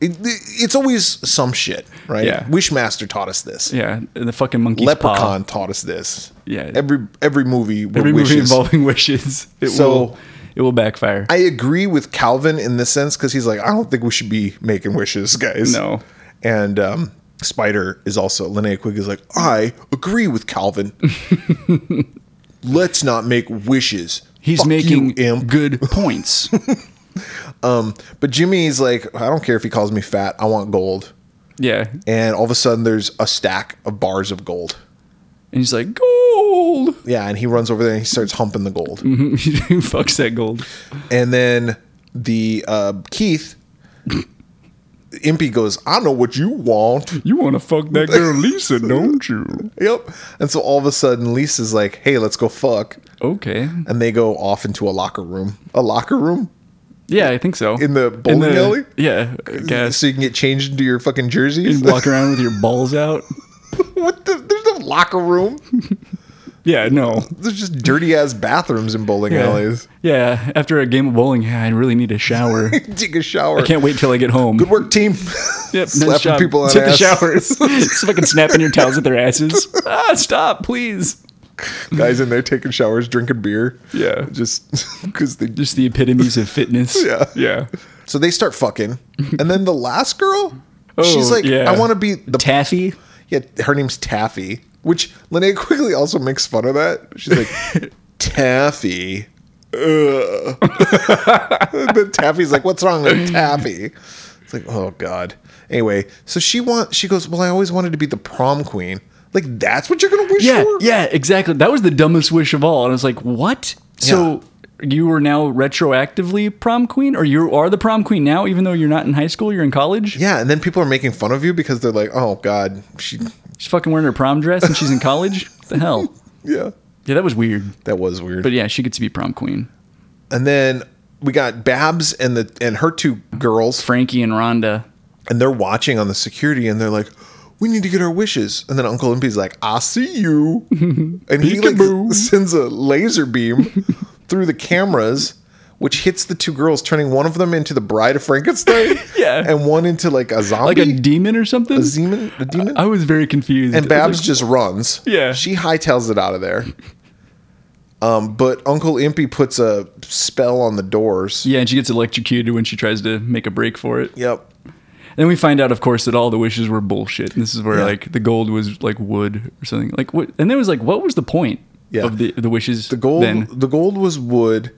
it, it- it's always some shit, right?
Yeah.
Wishmaster taught us this.
Yeah, the fucking monkey.
Leprechaun taught us this.
Yeah.
Every every movie were
Every movie
wishes.
involving wishes. It
So-
will. It will backfire.
I agree with Calvin in this sense because he's like, I don't think we should be making wishes, guys.
No.
And um, Spider is also Linnea Quig is like, I agree with Calvin. Let's not make wishes.
He's
Fuck you,
making
imp.
good points.
But Jimmy's like, I don't care if he calls me fat. I want gold.
yeah,
And all of a sudden, there's a stack of bars of gold.
and he's like gold.
Yeah, and he runs over there and he starts humping the gold.
Mm-hmm. he fucks that gold.
And then the uh, Keith Impy goes, I know what you want.
You want to fuck that girl Lisa, don't you?
Yep. And so all of a sudden, Lisa's like, hey, let's go fuck.
Okay.
And they go off into a locker room. A locker room?
Yeah, I think so.
In the bowling alley?
Yeah, I guess.
So you can get changed into your fucking
You
jerseys?
can walk around with your balls out.
what the? There's no locker room.
Yeah, no.
There's just dirty ass bathrooms in bowling
Yeah.
alleys.
yeah, after a game of bowling, yeah, I really need a shower.
Take a shower.
Can't wait till I get home.
Good work, team.
Yep, nice
Slapping
job.
people on
Take
ass.
the showers. so fucking snapping your towels at their asses. Ah, stop, please.
Guys in there taking showers, drinking beer.
Yeah.
Just because they
Just the epitomes of fitness.
Yeah.
Yeah.
So they start fucking, and then the last girl,
Oh,
she's like,
yeah.
"I want to be the
Taffy.
yeah." Her name's Taffy, which Linnea quickly also makes fun of that. She's like, "Taffy." Ugh. then Taffy's like, "What's wrong with Taffy?" It's like, "Oh God." Anyway, so she wants. She goes, "Well, I always wanted to be the prom queen." Like that's what you're gonna wish
Yeah,
for?
yeah, exactly. That was the dumbest wish of all. And I was like, what? So you are now retroactively prom queen, or you are the prom queen now, even though you're not in high school, you're in college?
Yeah, and then people are making fun of you because they're like, "Oh God, she."
She's fucking wearing her prom dress and she's in college? what the hell?
Yeah,
Yeah, that was weird.
that was weird.
But yeah, she gets to be prom queen.
and then we got Babs and the and her two girls,
Frankie and Rhonda.
and they're watching on the security, and they're like, "We need to get our wishes." And then Uncle Impy's like, "I see you," and he like
Peekaboo.
sends a laser beam through the cameras, which hits the two girls, turning one of them into the Bride of Frankenstein,
Yeah.
and one into like a zombie,
Like a demon or something?
a demon, a demon.
I was very confused.
and Babs just runs.
Yeah.
she hightails it out of there. Um, but Uncle Impy puts a spell on the doors.
Yeah, and she gets electrocuted when she tries to make a break for it.
Yep.
Then we find out, of course, that all the wishes were bullshit. And this is where
Yeah.
like the gold was like wood or something. Like what? And there was like, what was the point
Yeah.
of the the wishes?
The gold,
Then?
the gold was wood.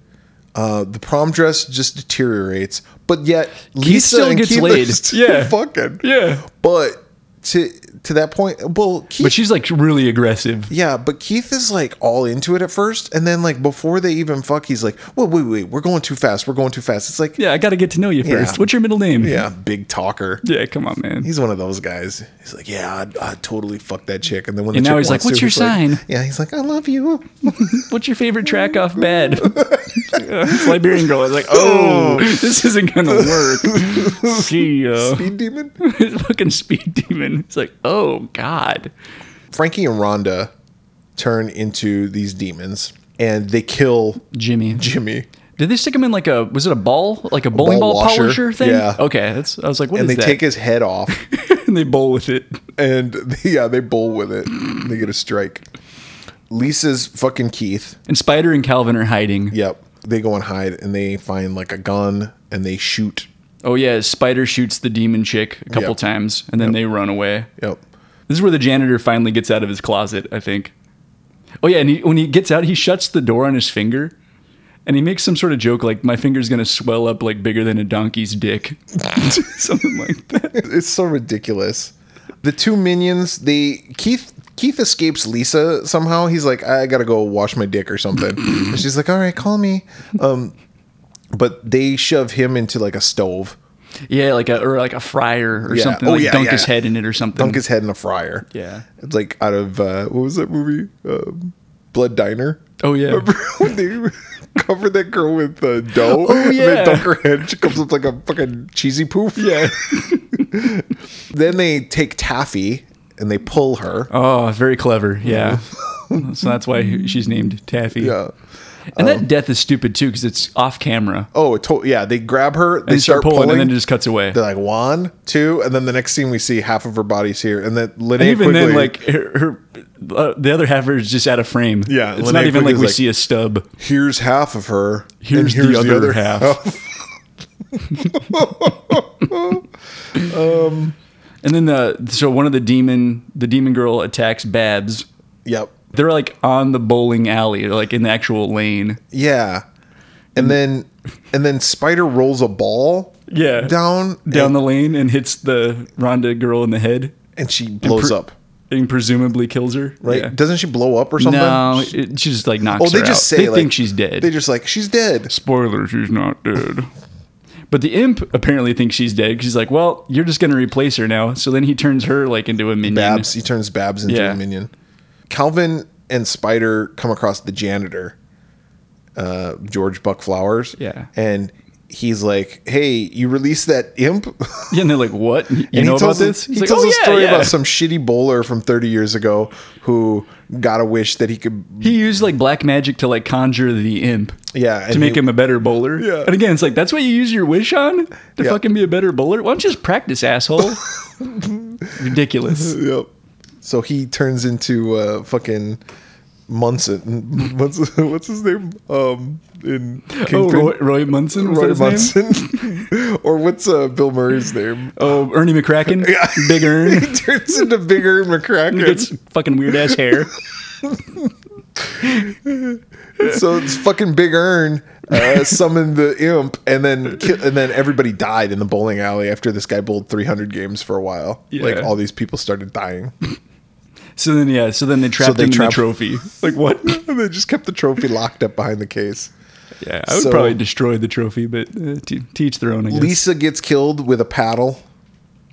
Uh, the prom dress just deteriorates, but yet Lisa
still
and
gets
Keith are
laid.
still
Yeah.
fucking
Yeah.
But to to that point, well, Keith,
But she's like really aggressive.
yeah, but Keith is like all into it at first, and then like before they even fuck, he's like, "Wait, wait, wait, we're going too fast. We're going too fast." It's like,
Yeah, I got to get to know you first. What's your middle name?
yeah, big talker.
Yeah, come on, man.
He's one of those guys. He's like, "Yeah, I'd, I'd totally fuck that chick," and then when the
And now
chick
he's like,
wants
"What's
to,
your
he's like-
sign?"
yeah, he's like, "I love you."
What's your favorite track off bed? it's Liberian girl. I was like, oh, this isn't gonna work. See ya.
Speed demon.
It's fucking speed demon. It's like, oh god.
Frankie and Rhonda turn into these demons and they kill
Jimmy.
Jimmy.
Did they stick him in like a was it a ball like a bowling
ball
ball,
washer.
polisher thing?
Yeah.
Okay, that's I was like, what
And
is
they
that?
take his head off
and they bowl with it.
and they, yeah, they bowl with it. They get a strike. Lisa's fucking Keith.
And Spider and Calvin are hiding.
Yep. They go and hide and they find like a gun and they shoot.
Oh yeah, Spider shoots the demon chick a couple
Yep.
times and then they run away.
Yep.
This is where the janitor finally gets out of his closet, I think. Oh yeah, and he, when he gets out, he shuts the door on his finger, and he makes some sort of joke like, "My finger's gonna swell up like bigger than a donkey's dick," something like that.
It's so ridiculous. The two minions, they Keith Keith escapes Lisa somehow. He's like, I gotta go wash my dick or something. and she's like, All right, call me. Um, but they shove him into like a stove,
Yeah, like a or like a fryer or
Yeah.
something.
Oh,
like
yeah,
dunk
yeah.
his head in it or something.
dunk his head in a fryer.
Yeah.
it's like out of uh, what was that movie? Um, Blood Diner.
oh yeah.
Remember when they covered that girl with uh, dough? And
Oh, yeah.
then dunk her head. She comes up like a fucking cheesy poof. Yeah. then they take Taffy and they pull her.
Oh, very clever. Yeah. so that's why she's named Taffy.
Yeah. um,
And that death is stupid too because it's off camera.
Oh, to- yeah. They grab her. They
and
start, pulling.
and then it just cuts away.
They're like one, two, and then the next scene we see half of her body's here, and then Linnea
And even
quickly,
then, like her, her uh, the other half of her is just out of frame.
Yeah,
it's
Linnea
not even like
Quigley's
we
like-
see a stub.
here's half of her, and
Here's the other half. And then the so one of the demon the demon girl attacks Babs.
yep,
They're like on the bowling alley, They're, like in the actual lane.
yeah, and then and then Spider rolls a ball,
Yeah,
down
down
and,
the lane and hits the Rhonda girl in the head
and she blows
per-
up.
and presumably kills her.
Right?
Yeah.
Doesn't she blow up or something?
No,
She-
it, she just like knocks.
oh, they
her
just
out.
say
they
like,
think she's dead.
They just like she's dead.
spoiler, she's not dead. But the imp apparently thinks she's dead because he's like, well, you're just going to replace her now. So then he turns her like into a minion.
Babs. He turns Babs into
Yeah.
a minion. Calvin and Spider come across the janitor, uh, George Buck Flowers.
Yeah.
and he's like, "Hey, you released that imp."
Yeah, and they're like, what? You
And he
know about
tells-
this?
He
He's like,
tells
"Oh,
a
yeah,
story
yeah."
about some shitty bowler from 30 years ago who got a wish that he could.
He used like black magic to like conjure the imp.
Yeah,
To
and
make
he-
him a better bowler.
Yeah.
And again, it's like, that's what you use your wish on? To
Yeah.
fucking be a better bowler? Why don't you just practice, asshole? Ridiculous.
Yep. So he turns into uh, fucking Munson. What's what's his name? Um, in
Oh,
Kingpin?
Roy, Roy Munson? Was that
Roy
his name?
Munson. or what's uh, Bill Murray's name?
Oh, Ernie McCracken? Big Ern.
He turns into bigger
He
McCracken.
gets fucking weird ass hair.
so it's fucking Big Earn uh, summoned the imp, and then ki- and then everybody died in the bowling alley after this guy bowled 300 games for a while. Like
Yeah.
all these people started dying.
So then, yeah. So then they trapped
they
him in
trap-
the trophy. Like what?
and they just kept the trophy locked up behind the case.
yeah, I would
So-
probably destroy the trophy, but uh, t- teach their own. I guess.
Lisa gets killed with a paddle.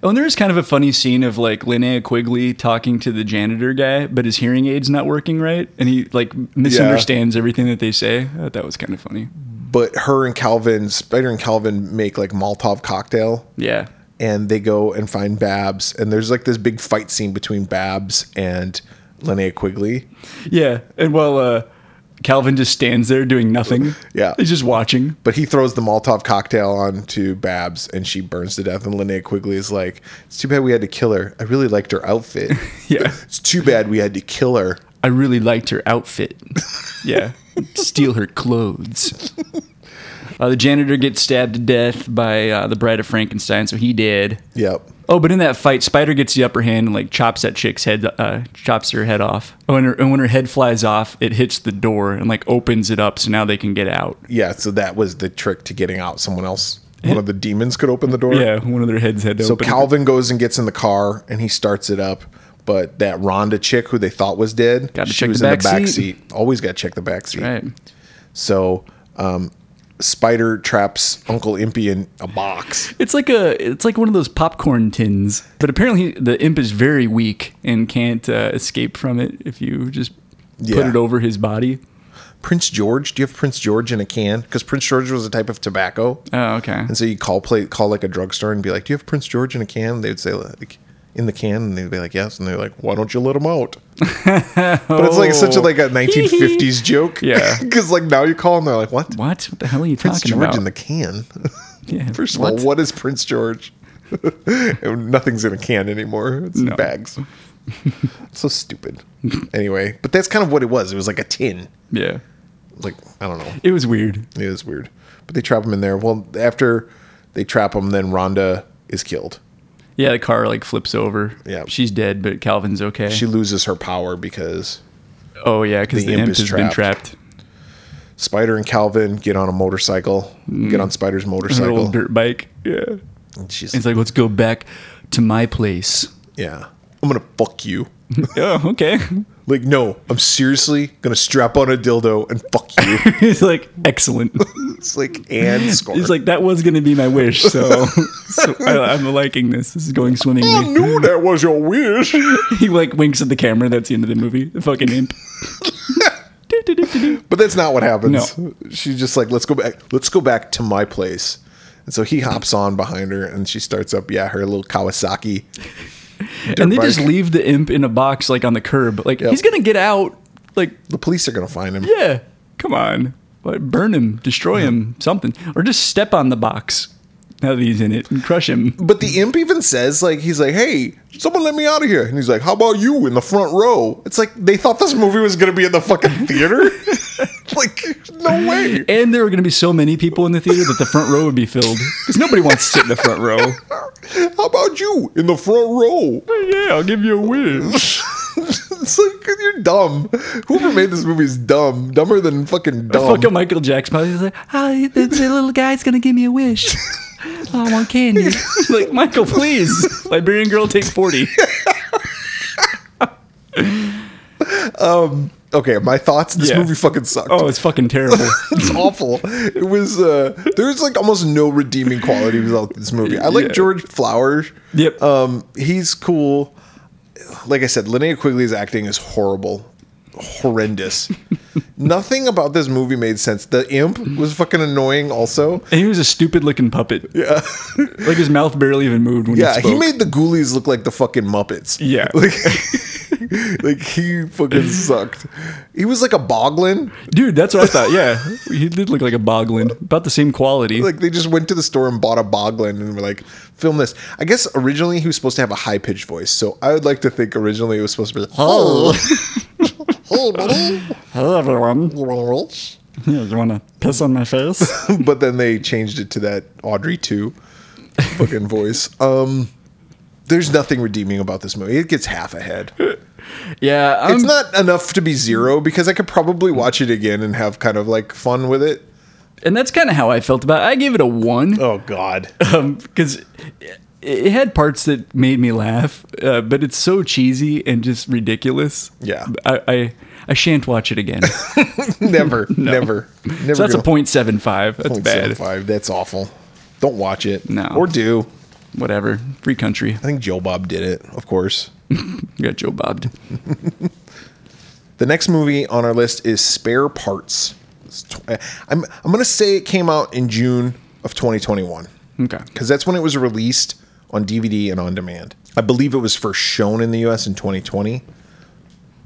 oh, and there is kind of a funny scene of like Linnea Quigley talking to the janitor guy, but his hearing aid's not working right, and he like misunderstands everything that they say. I thought that was kind of funny.
But her and Calvin, Spider and Calvin, make like Molotov cocktail
Yeah.
and they go and find Babs, and there's like this big fight scene between Babs and Linnea Quigley.
Yeah, and while uh, Calvin just stands there doing nothing.
Yeah.
he's just watching.
But he throws the Molotov cocktail onto Babs, and she burns to death. And Linnea Quigley is like, "It's too bad we had to kill her. I really liked her outfit.
Yeah,
it's too bad we had to kill her."
I really liked her outfit. Yeah, steal her clothes. Uh, the janitor gets stabbed to death by uh, the Bride of Frankenstein, so he did.
Yep.
Oh, but in that fight, Spider gets the upper hand and like chops that chick's head, uh, chops her head off. Oh, and, her, and when her head flies off, it hits the door and like opens it up, so now they can get out.
Yeah. So that was the trick to getting out. Someone else, one of the demons, could open the door.
Yeah, one of their heads had to
So
open.
Calvin goes and gets in the car, and he starts it up. But that Rhonda chick who they thought was deid
Gotta
she
check
was
the
in the
back
back
seat.
seat. Always got to check the back seat.
right.
So, um, Spider traps Uncle Impy in a box.
It's like a, it's like one of those popcorn tins. But apparently, the imp is very weak and can't uh, escape from it if you just put
Yeah.
it over his body.
Prince George, do you have Prince George in a can? Because Prince George was a type of tobacco,
Oh, okay.
and so you call play call like a drugstore and be like, "Do you have Prince George in a can?" They would say like in the can, and they'd be like, "Yes," and they're like, "Why don't you let him out?" But it's like such a, like a 1950s joke,
Oh. Yeah.
Because like now you call and they're like, "What?"
What? What the hell are you
Prince
talking
George
about?
in the can.
yeah.
First of
what?
all, what is Prince George? Nothing's in a can anymore. It's in
No.
bags. so stupid. anyway, but that's kind of what it was. It was like a tin.
Yeah.
Like I don't know.
It was weird.
It is weird. But they trap him in there. Well, after they trap him, then Rhonda is killed.
Yeah, the car like flips over.
Yeah.
she's dead, but Calvin's okay.
She loses her power because
oh yeah, because
The
the,
imp
imp,
is
has been trapped.
Spider and Calvin get on a motorcycle,
Mm-hmm.
get on Spider's
Her
motorcycle.
old dirt bike. Yeah,
and she's
it's like let's go back to my place.
yeah, I'm gonna fuck you.
oh, okay.
Like, no, I'm seriously gonna strap on a dildo and fuck you.
He's like excellent.
it's like and score.
He's like that was gonna be my wish, so, so I, I'm liking this. This is going swimmingly.
I knew that was your wish.
He like winks at the camera. That's the end of the movie. The fucking imp.
But that's not what happens. She's just like, let's go back. Let's go back to my place. And so he hops on behind her, and she starts up, yeah, her little Kawasaki.
and they just
bike.
leave the imp in a box like on the curb. Like
Yep.
he's gonna get out. Like
The police are gonna find him.
yeah, come on, Like, burn him, destroy him, something, or just step on the box now that he's in it and crush him.
But the imp even says, like, he's like, hey, someone let me out of here. And he's like, how about you in the front row? It's like they thought this movie was gonna be in the fucking theater. like, no way.
And there were gonna be so many people in the theater that the front row would be filled because nobody wants to sit in the front row.
How about you in the front row?
yeah, I'll give you a wish.
it's like you're dumb. Whoever made this movie is dumb. Dumber than fucking dumb.
Fuck up Michael Jackson. He's like,
Oh, the, the little guy's gonna give me a wish. I want candy.
like Michael, please, Liberian girl, take forty.
okay, my thoughts. This
Yeah.
movie fucking sucked.
Oh, it's fucking terrible.
it's awful. It was uh there's like almost no redeeming quality without this movie. I like
Yeah.
George Flowers.
Yep.
Um he's cool. Like I said, Linnea Quigley's acting is horrible. Horrendous. Nothing about this movie made sense. The imp was fucking annoying also.
And he was a stupid looking puppet. Yeah. like his mouth barely even moved when
Yeah,
he
he,
spoke.
made the ghoulies look like the fucking Muppets.
Yeah.
Like, like he fucking sucked. He was like a boglin.
Dude, that's what I thought. Yeah. He did look like a boglin. About the same quality.
Like they just went to the store and bought a Boglin and were like, film this. I guess originally he was supposed to have a high pitched voice, so I would like to think originally it was supposed to be like, oh, hey, buddy.
Hello, everyone.
You wanna reach?
Yeah, you want to piss on my face?
But then they changed it to that Audrey 2 fucking voice. Um there's nothing redeeming about this movie. It gets half a head.
yeah. um, I'm,
It's not enough to be zero because I could probably watch it again and have kind of like fun with it.
and that's kind of how I felt about it. I gave it a one
Oh God.
because it, it had parts that made me laugh, uh, but it's so cheesy and just ridiculous.
Yeah.
I, I, I shan't watch it again. so
never, never, never.
that's a
gonna-
0.75. That's bad.
0.75. That's awful. Don't watch it.
No.
Or do.
Whatever. Free country.
I think Joe Bob did it, of course.
You got Joe Bobbed.
The next movie on our list is Spare Parts. It's tw- eh, I'm, I'm going to say it came out in June of 2021
Okay.
because that's when it was released on DVD and on demand. I believe it was first shown in the US in 2020,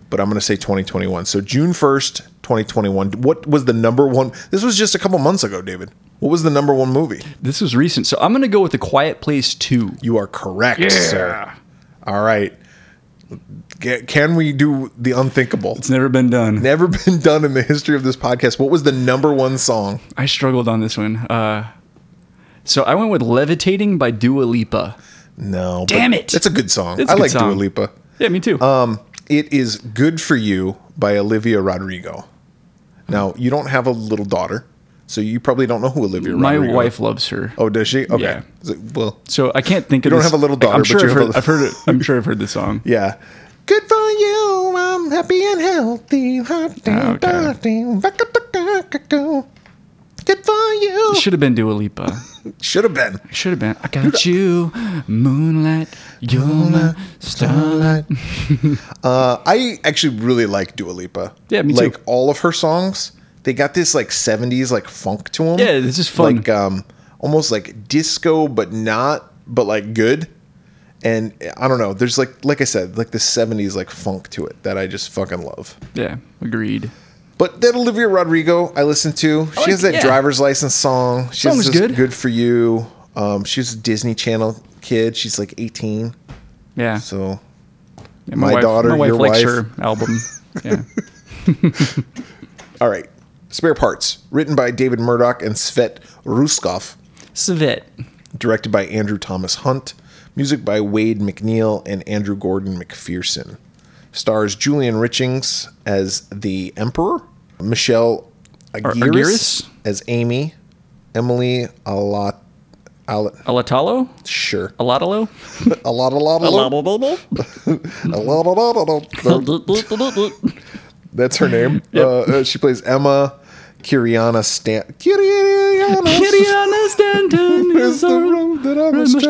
but I'm going to say 2021. So June 1st, 2021. What was the number one? This was just a couple months ago, David. What was the number one movie?
This was recent, so I'm gonna go with The Quiet Place Two.
You are correct, sir. All right. G- Can we do the unthinkable?
It's never been done.
Never been done in the history of this podcast. What was the number one song?
I struggled on this one. Uh, so I went with Levitating by Dua Lipa.
No. but
Damn it.
It's a good song.
It's a
I
good
like Dua
song.
Lipa.
Yeah, me too.
Um, it is Good for You by Olivia Rodrigo. Now, you don't have a little daughter, so you probably don't know who Olivia
My
Rodrigo
wife loves her,
Oh, does she? Okay.
Yeah.
Is it- well,
so I can't think of.
don't
this-
have a little
like,
daughter,
I'm sure
but you
I've
have
heard.
a
I've heard it. I'm sure I've heard the song.
yeah. Good for you. I'm happy and healthy. hearty,
Ah, okay.
dirty, rock-a-dock-a-dock-a-go. Good for you.
Should have been Dua Lipa.
Should have been.
Should have been. I got you, moonlight. You're my star.
Uh, I actually really like Dua Lipa.
Yeah, me too.
Like all of her songs, they got this like '70s like funk to them.
Yeah, this is fun.
Like um, almost like disco, but not, but like good. And I don't know. There's like, like I said, like the '70s like funk to it that I just fucking love.
Yeah, agreed.
But that Olivia Rodrigo, I listened to. She has that
yeah.
driver's license song. She
Song
has
was
this
good.
Good for you. Um, she was a Disney Channel kid. She's like 18,
Yeah,
so
Yeah,
my daughter,
My wife
your
likes
wife.
her album. Yeah,
All right. Spare Parts, written by David Murdoch and Svet Ruskoff,
Svet.
directed by Andrew Thomas Hunt, music by Wade McNeil and Andrew Gordon McPherson. Stars Julian Richings as the Emperor, Michelle Aguirre
Argyris?
as Amy, Emily a lot, a lot,
Oh. Alatalo?
sure,
Alatalo?
a lot, a lot, a lot, a lot, a lot, a lot, a lot. That's her name. Uh, uh, she plays Emma Kiriana Stan. Kiriana.
Kiriana Stanton
is
is
the
a
road that I must
must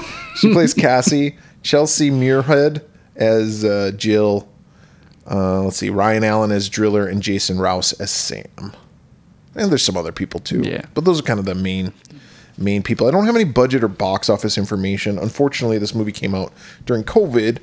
travel.
She plays Cassie. Chelsea Muirhead as uh, Jill. Uh, let's see, Ryan Allen as Driller and Jason Rouse as Sam. And there's some other people too.
Yeah.
But those are kind of the main main people. I don't have any budget or box office information. Unfortunately, this movie came out during COVID,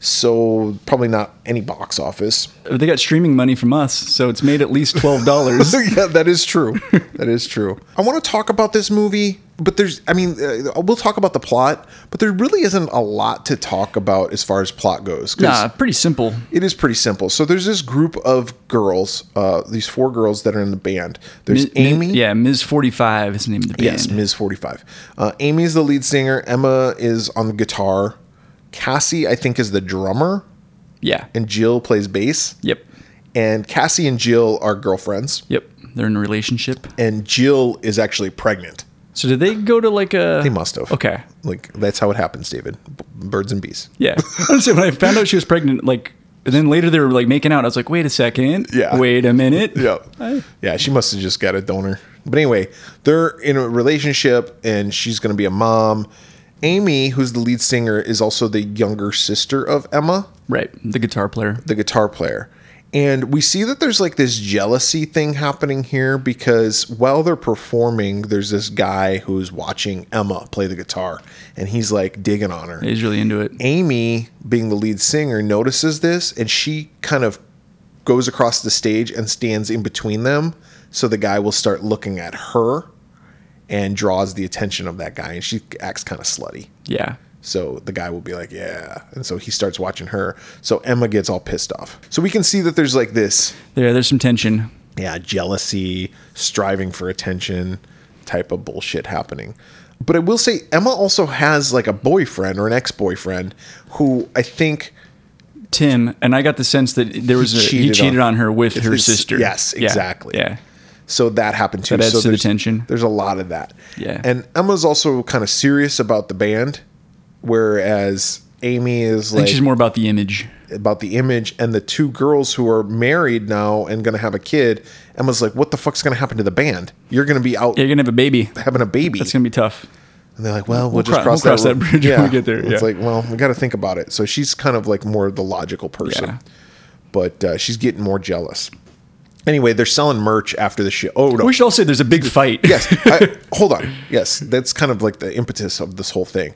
so probably not any box office.
They got streaming money from us, so it's made at least twelve dollars.
yeah, that is true. That is true. I want to talk about this movie, but there's, I mean, uh, we'll talk about the plot, but there really isn't a lot to talk about as far as plot goes. 'cause
nah, pretty simple.
It is pretty simple. So there's this group of girls, uh, these four girls that are in the band. There's
Mi- mi-
Amy.
yeah, Ms. Forty Five is the name of the band.
Yes, Ms. 45. Uh, Amy's the lead singer. Emma is on the guitar. Cassie, I think, is the drummer.
yeah.
And Jill plays bass.
yep.
And Cassie and Jill are girlfriends.
Yep. They're in a relationship.
And Jill is actually pregnant.
So did they go to like a?
They must have.
Okay.
Like that's how it happens, David. B- Birds and bees.
Yeah. Honestly, when I found out she was pregnant, like, and then later they were like making out. I was like, wait a second.
Yeah.
Wait a minute.
Yeah. Yeah, she must have just got a donor. But anyway, they're in a relationship and she's going to be a mom. Amy, who's the lead singer, is also the younger sister of Emma,
Right. The guitar player.
the guitar player. And we see that there's like this jealousy thing happening here because while they're performing, there's this guy who's watching Emma play the guitar and he's like digging on her.
He's really into it.
Amy, being the lead singer, notices this and she kind of goes across the stage and stands in between them. So the guy will start looking at her and draws the attention of that guy. And she acts kind of slutty.
Yeah.
So the guy will be like, yeah. And so he starts watching her. So Emma gets all pissed off. So we can see that there's like this,
There. There's some tension.
yeah, jealousy, striving for attention type of bullshit happening. But I will say, Emma also has like a boyfriend or an ex boyfriend who I think.
Tim and I got the sense that there was a, he
cheated
cheated
on-
on, her with her
his-
sister.
yes,
Yeah,
exactly.
Yeah.
So that happened too.
That adds
so
to the
there's-
tension.
There's a lot of that.
Yeah.
And Emma's also kind of serious about the band, whereas Amy is
I think
like
she's more about the image.
about the image. And the two girls who are married now and going to have a kid, Emma's like, "What the fuck's going to happen to the band? You're going to be out
Yeah, you're gonna have a baby.
having a baby."
That's gonna be tough.
And they're like, well, we'll, just
cro-
cross,
we'll cross
that,
that
ro-
bridge when we get there,
It's
yeah.
like, well, we got to think about it. So she's kind of like more the logical person,
Yeah.
but uh, she's getting more jealous. Anyway, they're selling merch after the show. Oh no!
We should all say there's a big fight.
yes, I, hold on. Yes, that's kind of like the impetus of this whole thing.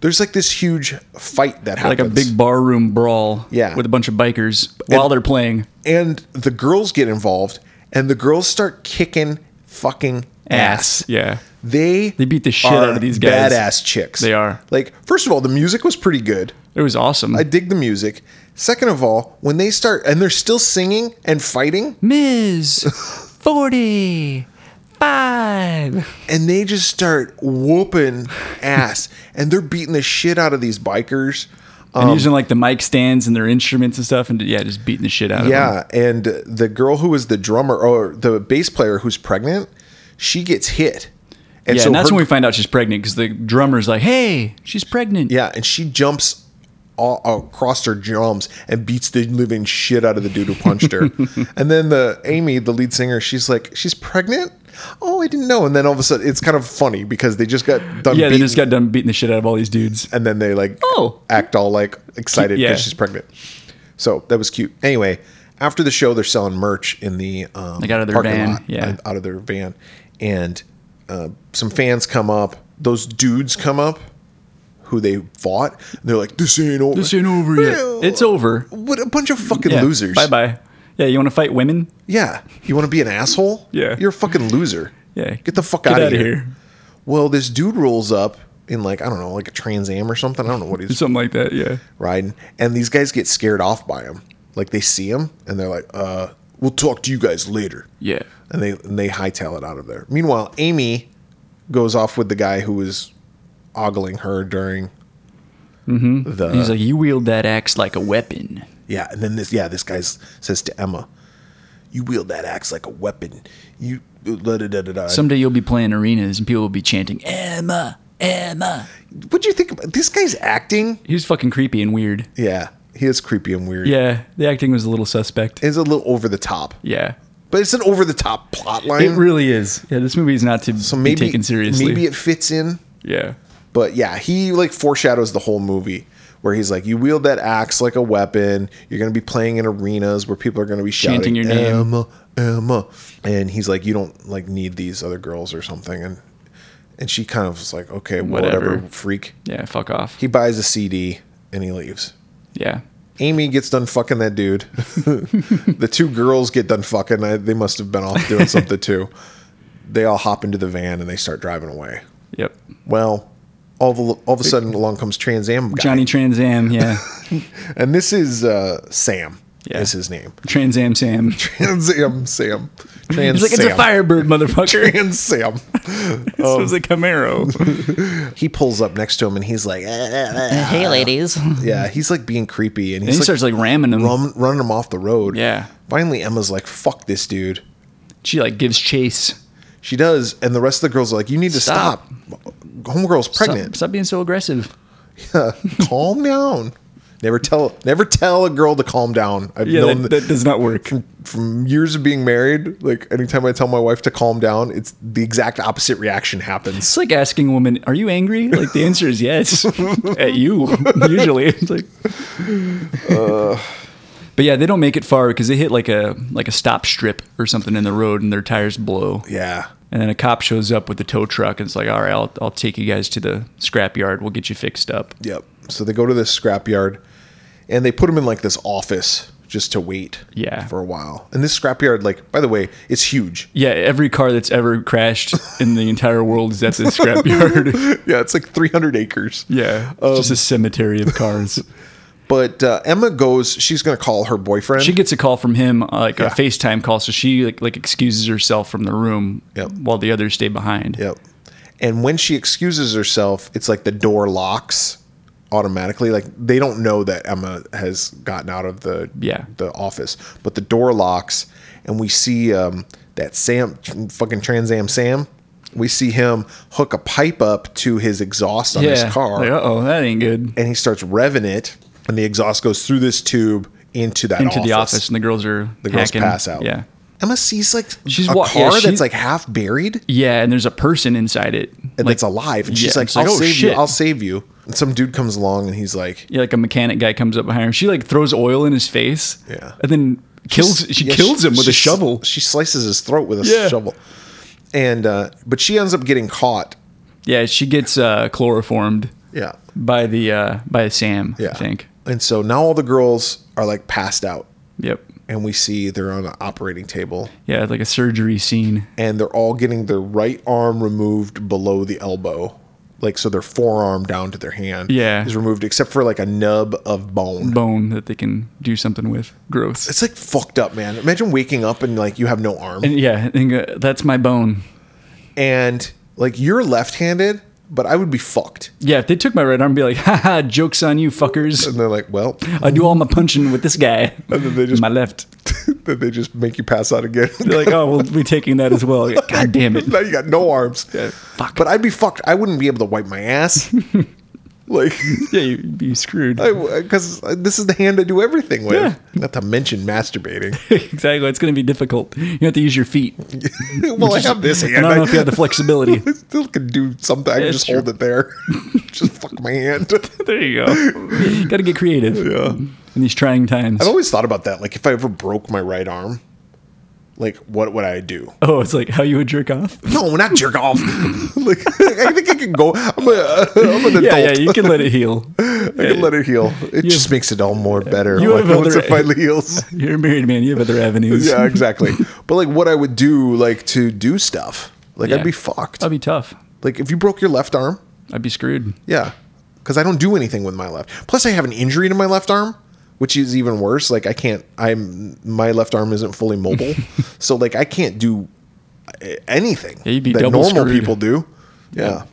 There's like this huge fight that
like
happens,
a big barroom brawl.
Yeah.
With a bunch of bikers while they're playing
and the girls get involved, and the girls start kicking fucking ass.
Yeah.
They they
beat the shit out of these guys.
Badass chicks.
They are.
Like, first of all, the music was pretty good.
It was awesome.
I dig the music. Second of all, when they start and they're still singing and fighting,
Ms. 45.
and they just start whooping ass, and they're beating the shit out of these bikers.
and
um,
using like the mic stands and their instruments and stuff, and yeah, just beating the shit out of them.
Yeah, and the girl who is the drummer or the bass player who's pregnant, she gets hit, and
Yeah,
so
and that's
her-
when we find out she's pregnant because the drummer's like, "Hey, she's pregnant."
yeah, and she jumps all, across her drums and beats the living shit out of the dude who punched her. and then the Amy, the lead singer, she's like, she's pregnant. Oh, I didn't know. And then all of a sudden, it's kind of funny because they just got done.
yeah. They
beating-
just got done beating the shit out of all these dudes.
and then they like
Oh.
act all like excited because
Yeah.
she's pregnant. So that was cute. Anyway, after the show, they're selling merch in the um,
Like out of their
parking
van,
lot, uh,
yeah.
out of their van, and uh, some fans come up. Those dudes come up who they fought. And they're like, "This ain't over.
This ain't over yet.
Well,
It's over.
What a bunch of fucking
Yeah.
losers.
Bye bye. Yeah, you want to fight women?
Yeah, you want to be an asshole?
Yeah.
you're a fucking loser.
Yeah.
get the fuck
Get
out of
outta
here. Well, this dude rolls up in like I don't know, like a Trans Am or something. I don't know what he's
Something like that. Yeah.
riding, and these guys get scared off by him. Like they see him and they're like, "Uh, We'll talk to you guys later.
Yeah.
And they and they hightail it out of there. Meanwhile, Amy goes off with the guy who was ogling her during the
Mm-hmm. He's like, you wield that axe like a weapon.
yeah, and then this yeah, this guy says to Emma, "You wield that axe like a weapon. You da da da da da."
Someday you'll be playing arenas and people will be chanting, Emma, Emma.
What do you think about this guy's acting?
He was fucking creepy and weird.
Yeah, he is creepy and weird.
Yeah, the acting was a little suspect.
it's a little over the top,
yeah.
but it's an over the top plot line.
It really is. Yeah, this movie is not to
so maybe
be taken seriously.
Maybe it fits in,
yeah.
but yeah, he like foreshadows the whole movie. Where he's like, you wield that axe like a weapon. You're gonna be playing in arenas where people are gonna be shouting
Chanting your name.
Emma, Emma, and he's like, you don't like need these other girls or something. And and she kind of was like, okay, whatever,
Whatever.
freak.
Yeah, fuck off.
He buys a CD and he leaves.
yeah.
Amy gets done fucking that dude. the two girls get done fucking. I, they must have been off doing something too. They all hop into the van and they start driving away.
Yep.
Well, all of a, all of a sudden along comes Trans Am guy,
Johnny Trans Am, yeah.
and this is uh, Sam.
Yeah.
Is his name
Trans Am Sam.
Trans Am Sam? Trans
He's like, it's a
Sam.
firebird, motherfucker.
Trans Sam.
this was a Camaro.
He pulls up next to him and he's like, "Eh, eh, eh."
Hey, ladies.
yeah, he's like being creepy and
And
he's
he
like,
starts like ramming him.
run, running him off the road.
Yeah.
Finally, Emma's like, "Fuck this dude."
She like gives chase.
She does, and the rest of the girls are like, "You need to stop.
Stop.
Homegirl's
Stop,
pregnant.
stop being so aggressive.
calm down." Never tell, never tell a girl to calm down. I've
Yeah,
known
that, that does not work.
from years of being married. Like anytime I tell my wife to calm down, it's the exact opposite reaction happens.
It's like asking a woman, "Are you angry?" Like the answer is yes at you usually. It's like,
Uh.
but yeah, they don't make it far because they hit like a like a stop strip or something in the road, and their tires blow.
Yeah,
And then a cop shows up with the tow truck, and it's like, "All right, I'll I'll take you guys to the scrap yard. We'll get you fixed up."
yep. So they go to this scrapyard, and they put him in like this office just to wait.
Yeah.
for a while. And this scrapyard, like by the way, it's huge.
Yeah, every car that's ever crashed in the entire world is at the scrap yard.
Yeah, it's like 300 acres.
Yeah, it's
Um,
just a cemetery of cars.
But uh, Emma goes. She's gonna call her boyfriend.
She gets a call from him, uh, like
Yeah.
a FaceTime call, so she like, like excuses herself from the room
Yep.
while the others stay behind.
Yep. And when she excuses herself, it's like the door locks automatically. Like they don't know that Emma has gotten out of the
Yeah.
the office, but the door locks, and we see um, that Sam, fucking Trans Am Sam. We see him hook a pipe up to his exhaust on his car,
Like, oh, that ain't good.
and he starts revving it, and the exhaust goes through this tube into that
Into the office, and the girls are
The girls
hacking.
pass out.
Yeah,
Emma sees like
She's
a
wa- yeah,
car
she-
that's like half buried.
yeah, and there's a person inside it,
and it's alive. And she's
yeah,
like,
it's like,
I'll
"Oh,
save you.
shit."
I'll save you. And some dude comes along and he's like,
Yeah, like a mechanic guy comes up behind her. She like throws oil in his face.
Yeah.
and then kills. She
Yeah,
kills him with
she-
a shovel.
She slices his throat with a
Yeah.
shovel. And, uh, but she ends up getting caught.
Yeah, she gets uh, chloroformed
Yeah.
by the uh, by Sam.
Yeah.
I think.
And so now all the girls are like passed out.
Yep.
And we see they're on an operating table
Yeah, it's like a surgery scene.
and they're all getting their right arm removed below the elbow. Like, so their forearm down to their hand
Yeah.
is removed, except for like a nub of bone.
Bone that they can do something with. Gross.
It's like fucked up, man. Imagine waking up and like you have no arm.
And yeah, I think, uh, that's my bone.
and like you're left-handed, but I would be fucked.
Yeah, if they took my right arm, I'd be like, haha, joke's on you, fuckers.
And they're like, well,
I do all my punching with this guy.
And then they just-
my left.
then they just make you pass out again.
They're like, oh, we'll be taking that as well. God damn it.
now you got no arms.
fuck.
But I'd be fucked. I wouldn't be able to wipe my ass. like,
Yeah, you'd be screwed.
because this is the hand I do everything with.
Yeah.
Not to mention masturbating.
exactly. It's going to be difficult. You have to use your feet.
well, I have this
And
hand.
I don't know if you have the flexibility.
I still can do something. I can
it's
just
true.
hold it there. just fuck my hand.
there you go. Got to get creative. Yeah. In these trying times.
I've always thought about that. Like, if I ever broke my right arm, like, what would I do?
Oh, it's like how you would jerk off?
No, not jerk off. like, I think I can go. I'm, a, I'm an adult.
Yeah, yeah, you can let it heal.
I can let it heal. It just
have-
makes it all more better
You
like,
have
once
other-
it finally heals.
You're a married man. You have other avenues.
yeah, exactly. But like, what I would do, like, to do stuff, like, I'd
Yeah.
be fucked.
That'd be tough.
like, if you broke your left arm,
I'd be screwed.
yeah, because I don't do anything with my left. Plus, I have an injury to my left arm, which is even worse. Like I can't. I'm my left arm isn't fully mobile, so like I can't do eh, anything
Yeah, you'd be
that
double
normal
screwed. Mm.
people do. Yeah,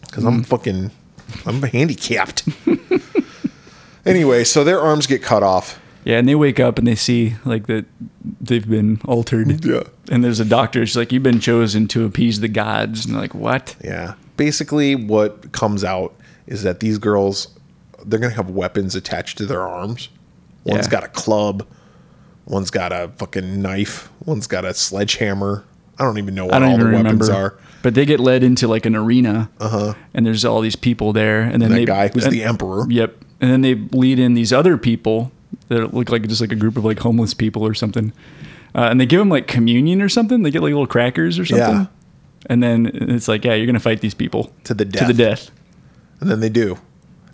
because I'm fucking. I'm handicapped. anyway, so their arms get cut off.
Yeah, and they wake up and they see like that they've been altered.
Yeah.
And there's a doctor. She's like, "You've been chosen to appease the gods." And they're like, "What?"
Yeah. Basically, what comes out is that these girls, they're going to have weapons attached to their arms. One's
Yeah.
got a club. One's got a fucking knife. One's got a sledgehammer. I don't even know
I
what
don't
all the
even
weapons
remember.
are. Uh-huh.
But they get led into like an arena. And there's all these people there, and then
That
they
guy who's
and-
the emperor.
Yep. And then they lead in these other people that look like just like a group of like homeless people or something. Uh, and they give them like communion or something. They get like little crackers or something.
Yeah.
And then it's like, yeah, you're gonna fight these people
To the
To the
death.
death.
And then they do.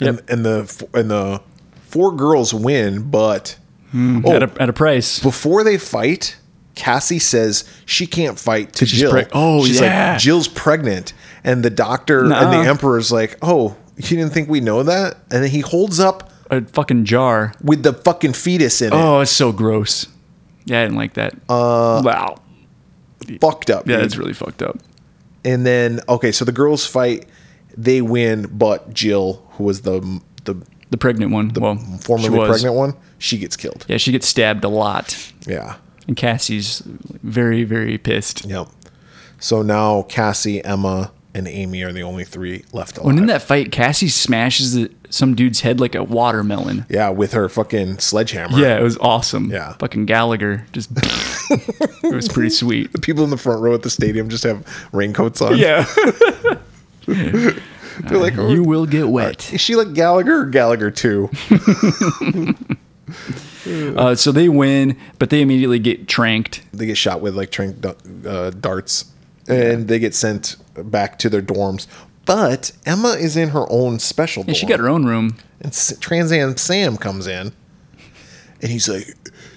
Yep.
And, and the and the four girls win, but oh,
At a at a price.
before they fight, Cassie says she can't fight to
she's
Jill.
preg- Oh,
she's
yeah.
like Jill's pregnant, and the doctor and
Nuh-uh.
the emperor's like, "Oh, you didn't think we know that?" And then he holds up
a fucking jar.
with the fucking fetus in
Oh, it's so gross. Yeah, I didn't like that. Uh, wow.
it, fucked up.
Yeah,
dude.
it's really fucked up.
and then okay, so the girls fight, they win, but Jill, who was the the
The pregnant one. well, she
formerly
was.
pregnant one, she gets killed.
Yeah, she gets stabbed a lot,
Yeah,
and Cassie's very, very pissed.
yep. So now Cassie, Emma, and Amy are the only three left alive.
When in that fight, Cassie smashes the, some dude's head like a watermelon.
yeah, with her fucking sledgehammer.
Yeah, it was awesome.
Yeah.
Fucking Gallagher just. it was pretty sweet.
people in the front row at the stadium just have raincoats on.
Yeah.
they're like, oh,
you will get wet.
is she like Gallagher or Gallagher too?
Uh, so they win, but they immediately get tranked.
they get shot with like trank uh, darts, and they get sent back to their dorms. But Emma is in her own special dorm,
And she got her own room.
and S- Trans Am Sam comes in, and he's like,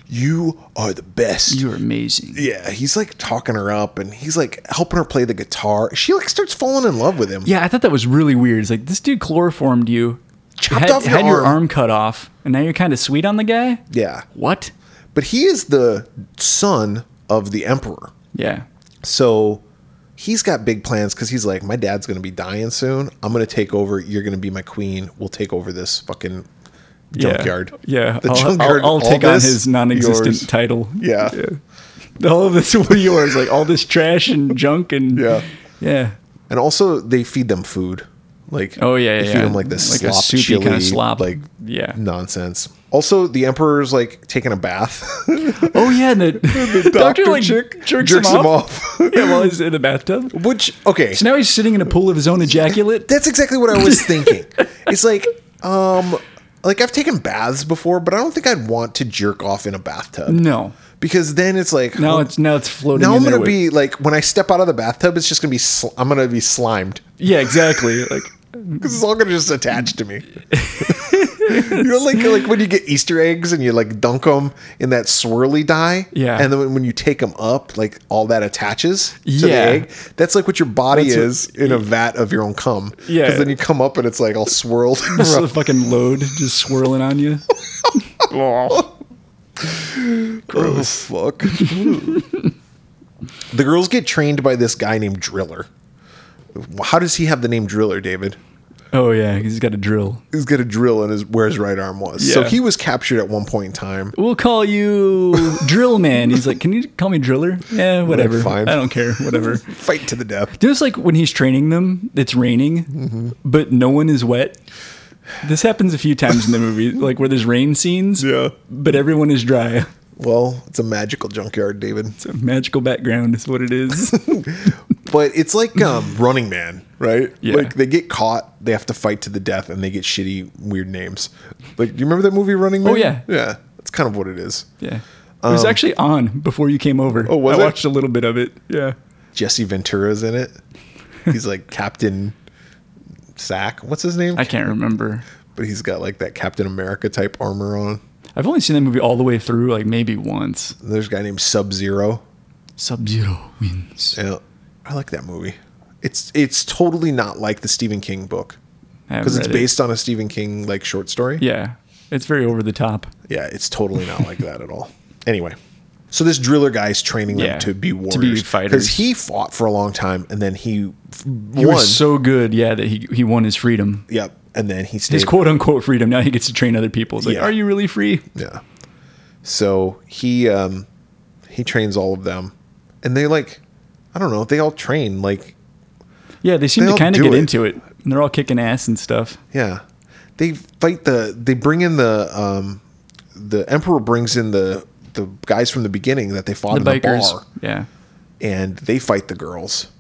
"You are the best."
You're amazing.
yeah, he's like talking her up, and he's like helping her play the guitar. She like starts falling in love with him.
Yeah, I thought that was really weird. It's like this dude chloroformed you,
Chopped
had,
off your
had your
arm.
arm cut off, and now you're kind of sweet on the guy.
yeah.
What?
But he is the son of the emperor.
Yeah,
So he's got big plans because he's like, my dad's going to be dying soon. I'm going to take over. You're going to be my queen. We'll take over this fucking junkyard.
Yeah,
The
I'll,
junkyard,
I'll, I'll
all
take
this,
on his non-existent
yours.
title.
Yeah.
all of this will be yours. Like all this trash and junk and
Yeah.
yeah.
And also, they feed them food. Like,
Oh yeah, yeah.
they
yeah.
feed them like this slop,
a soupy
chili,
kind of slop.
like
yeah.
nonsense. Also, the emperor's like taking a bath.
Oh yeah, and the, the doctor, like
chick
jerks,
jerks
him
him
off.
off.
yeah, while he's in the bathtub.
Which okay,
So now he's sitting in a pool of his own ejaculate.
That's exactly what I was thinking. it's like, um, like I've taken baths before, but I don't think I'd want to jerk off in a bathtub
No,
because then it's like
now
oh,
it's now it's floating.
now
in
I'm
there
gonna
with-
be like when I step out of the bathtub, it's just gonna be sl- I'm gonna be slimed
Yeah, exactly. Like,
because it's all gonna just attach to me. you know, like like when you get Easter eggs and you like dunk them in that swirly dye,
Yeah.
and then when- when you take them up, like all that attaches to the
Yeah.
egg. That's like what your body
That's what-
is in a vat of your own cum.
Yeah.
because then you come up and it's like all swirled.
just
around.
a fucking load just swirling on you.
Oh fuck. the girls get trained by this guy named Driller. How does he have the name Driller, David?
Oh yeah, he's got a drill.
He's got a drill in his where his right arm was. So
Yeah.
he was captured at one point in time.
We'll call you Drill Man. He's like, can you call me Driller? Yeah, whatever.
fine.
I don't care. Whatever.
Fight to the death.
Just like when he's training them, it's raining, but no one is wet. This happens a few times in the movie, like where there's rain scenes,
Yeah.
but everyone is dry.
Well, it's a magical junkyard, David.
It's a magical background, is what it is.
But it's like um, Running Man, right?
Yeah.
Like they get caught, they have to fight to the death, and they get shitty, weird names. Like, do you remember that movie Running Man?
Oh, yeah.
yeah. That's kind of what it is.
yeah. it was actually on before you came over. Um, Oh,
was
I
it?
watched a little bit of it. Yeah.
Jesse Ventura's in it. He's like Captain Sack. What's his name?
I can't remember.
but he's got like that Captain America type armor on.
I've only seen that movie all the way through, like maybe once.
There's a guy named Sub Zero.
Sub Zero wins.
Yeah, I like that movie. It's it's totally not like the Stephen King book
I haven't
because it's
read it.
based on a Stephen King like short story.
Yeah. It's very over the top.
Yeah, it's totally not like that at all. Anyway, so this driller guy's training them
Yeah,
to be
to be
warriors,
fighters.
he fought for a long time and then he, f-
He
won.
was so good, yeah, that he he won his freedom,
yep, and then he stayed.
his quote unquote freedom. Now he gets to train other people. It's like,
Yeah.
are you really free?
Yeah. So he um he trains all of them, and they like, I don't know, they all train like
Yeah, they seem
They all
to kind of
do
get
it.
into it, and they're all kicking ass and stuff.
yeah, they fight the they bring in the um the emperor brings in the the guys from the beginning that they fought
The
in
bikers,
the bar,
yeah,
and they fight the girls,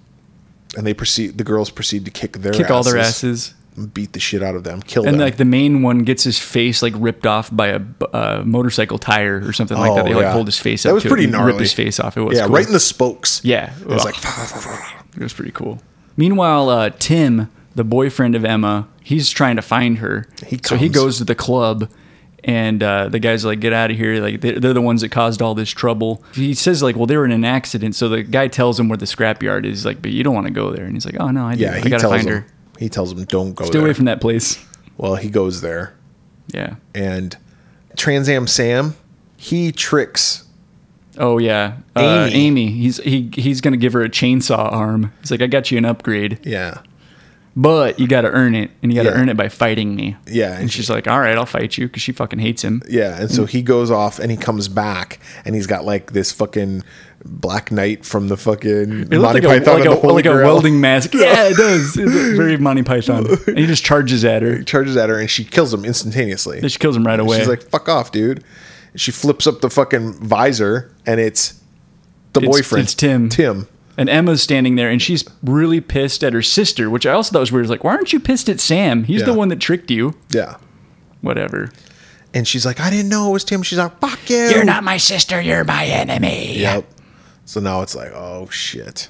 and they proceed the girls proceed to kick their
kick all their asses.
beat the shit out of them, kill
And
them.
like the main one gets his face like ripped off by a b- uh, motorcycle tire or something like that.
Oh,
They like
yeah.
pulled his face
That
up.
was
to
pretty
it and
gnarly.
Ripped his face off. It was
yeah,
cool.
right in the spokes.
Yeah.
it was
Ugh.
like
It was pretty cool. Meanwhile, uh, Tim, the boyfriend of Emma, he's trying to find her.
He
so he
comes.
goes to the club, and uh, the guys are like, "Get out of here!" Like they're, they're the ones that caused all this trouble. He says like, "Well, they were in an accident." So the guy tells him where the scrapyard is. He's like, "But you don't want to go there." And he's like, "Oh no, I do.
yeah.
I
He
gotta
tells
find
him.
her.
He tells him, "Don't go
Stay
there."
away from that place."
well, he goes there.
Yeah.
and Trans Am Sam, he tricks.
Oh yeah, Uh,
Amy.
Amy. He's he he's gonna give her a chainsaw arm. He's like, "I got you an upgrade,
Yeah.
but you gotta earn it, and you gotta
Yeah.
earn it by fighting me."
Yeah.
And she's like, "All right, I'll fight you," because she fucking hates him.
yeah. And so he goes off and he comes back and he's got like this fucking Black Knight from the fucking
It looked
Monty
like, a,
Python
like,
and
a,
the Holy
like a
Grail.
welding mask. Yeah, it does. It's very Monty Python. And he just charges at her.
He charges at her and she kills him instantaneously.
She kills him right away.
She's like, fuck off, dude. She flips up the fucking visor and it's the
It's-
boyfriend.
it's Tim.
Tim.
and Emma's standing there, and she's really pissed at her sister, which I also thought was weird. It's like, why aren't you pissed at Sam? He's the
Yeah.
one that tricked you.
Yeah.
Whatever.
And she's like, I didn't know it was Tim. She's like, fuck you.
You're not my sister, you're my enemy.
Yep. So now it's like, oh shit.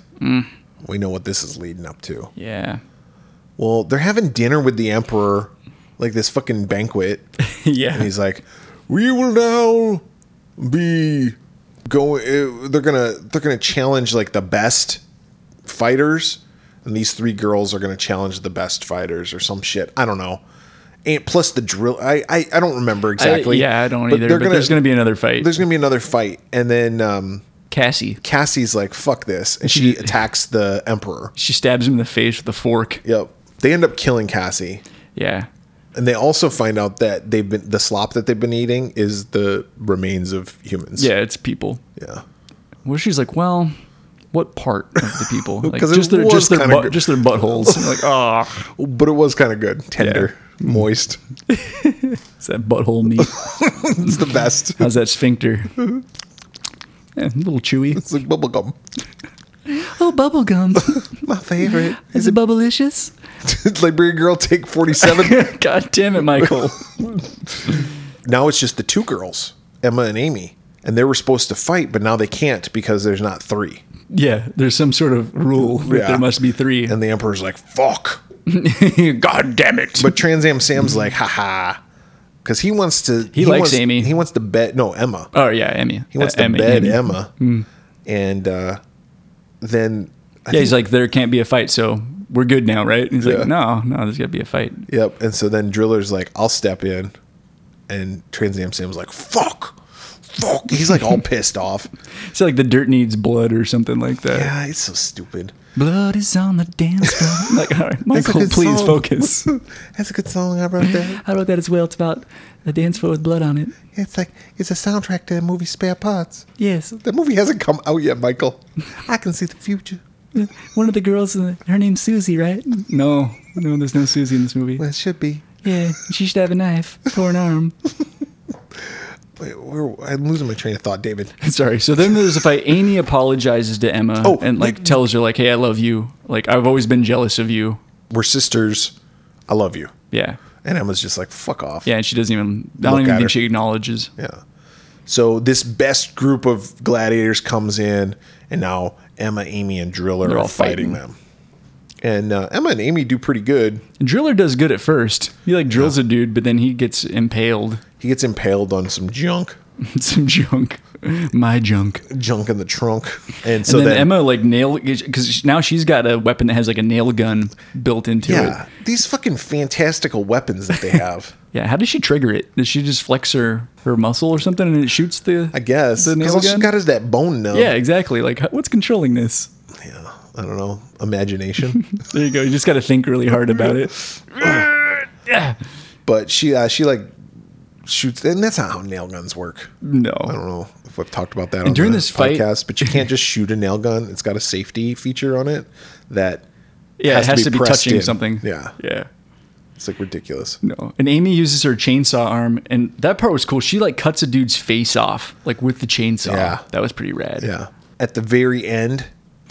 We know what this is leading up to.
Yeah.
Well, they're having dinner with the emperor, like this fucking banquet, and
yeah.
he's like, "We will now be going. uh, They're gonna they're gonna challenge like the best fighters, and these three girls are gonna challenge the best fighters or some shit. I don't know. And plus the drill, I I, I don't remember exactly.
I, yeah, I don't
But
either.
they're
But there's going to be another fight.
there's gonna be another fight, and then um,
Cassie.
Cassie's like, "Fuck this," and she attacks the emperor.
She stabs him in the face with a fork.
Yep. They end up killing Cassie.
Yeah.
And they also find out that they've been the slop that they've been eating is the remains of humans.
Yeah, it's people.
Yeah.
Well, she's like, well, what part of the people? Like
'Cause it
just their
was
just their
kinda
butt,
good.
just their buttholes. And like, ah,
But it was kind of good, tender, moist.
it's that butthole meat.
It's the best.
How's that sphincter? Yeah, a little chewy.
It's like bubblegum.
Oh, bubblegum.
My favorite.
Is it bubblicious?
it's Liberian Girl Take 47.
God damn it, Michael.
now it's just the two girls, Emma and Amy. And they were supposed to fight, but now they can't because there's not three.
Yeah, there's some sort of rule that
Yeah.
there must be three.
And the Emperor's like, fuck.
God damn it.
But Trans Am Sam's like, haha. Because he wants to. He,
likes
wants-
Amy.
He wants to bet. No, Emma.
oh yeah, Emmy.
He wants
Uh,
to
Emmy,
bed
Emmy.
Emma, and uh, then I
Yeah, he's
think-
like, there can't be a fight, so we're good now, right? And he's
Yeah.
like, no, no, there's got to be a fight.
yep. And so then Driller's like, "I'll step in," and Trans Am Sam's like, "Fuck, fuck." He's like all pissed off.
It's like the dirt needs blood or something like that.
Yeah, it's so stupid.
Blood is on the dance floor.
Like, all right,
That's a
Michael,
good
please
song.
focus.
That's a good song I wrote there.
I wrote that as well. It's about a dance floor with blood on it.
It's like it's a soundtrack to the movie Spare Parts.
Yes.
The movie hasn't come out yet, Michael. I can see the future.
One of the girls, uh, her name's Susie, right?
No, no, there's no Susie in this movie.
Well, it should be.
Yeah, she should have a knife for an arm.
Wait, we're, I'm losing my train of thought, David.
Sorry. So then there's a fight. Amy apologizes to Emma
Oh,
and like tells her like, "Hey, I love you. Like I've always been jealous of you."
We're sisters. I love you.
Yeah.
And Emma's just like, "Fuck off."
Yeah, and she doesn't even. I don't
Look
even
at
think
her.
she acknowledges.
Yeah. So this best group of gladiators comes in, and now Emma, Amy, and Driller
They're
are
all fighting.
fighting them. And uh, Emma and Amy do pretty good.
And Driller does good at first. He like drills a dude, but then he gets impaled.
He gets impaled on some junk.
some junk, my junk.
junk in the trunk. And so
And then,
then,
Emma like nail because now she's got a weapon that has like a nail gun built into
yeah,
it.
these fucking fantastical weapons that they have.
Yeah, how does she trigger it? Does she just flex her her muscle or something and it shoots the?
I guess
the
'cause
nail
all she's
gun.
got is that bone nub.
yeah, exactly. Like what's controlling this?
yeah. I don't know. Imagination.
There you go. You just got to think really hard about it.
but she uh, she like shoots, and that's not how nail guns work.
No.
I don't know if I've talked about that on
during
the
this fight-
podcast, but you can't just shoot a nail gun. It's got a safety feature on it that
Yeah, it
has to
has
be
to be,
pressed
touching
in.
something.
Yeah.
Yeah.
it's like ridiculous.
No. And Amy uses her chainsaw arm, and that part was cool. She like cuts a dude's face off, like with the chainsaw.
Yeah.
That was pretty rad.
Yeah. At the very end,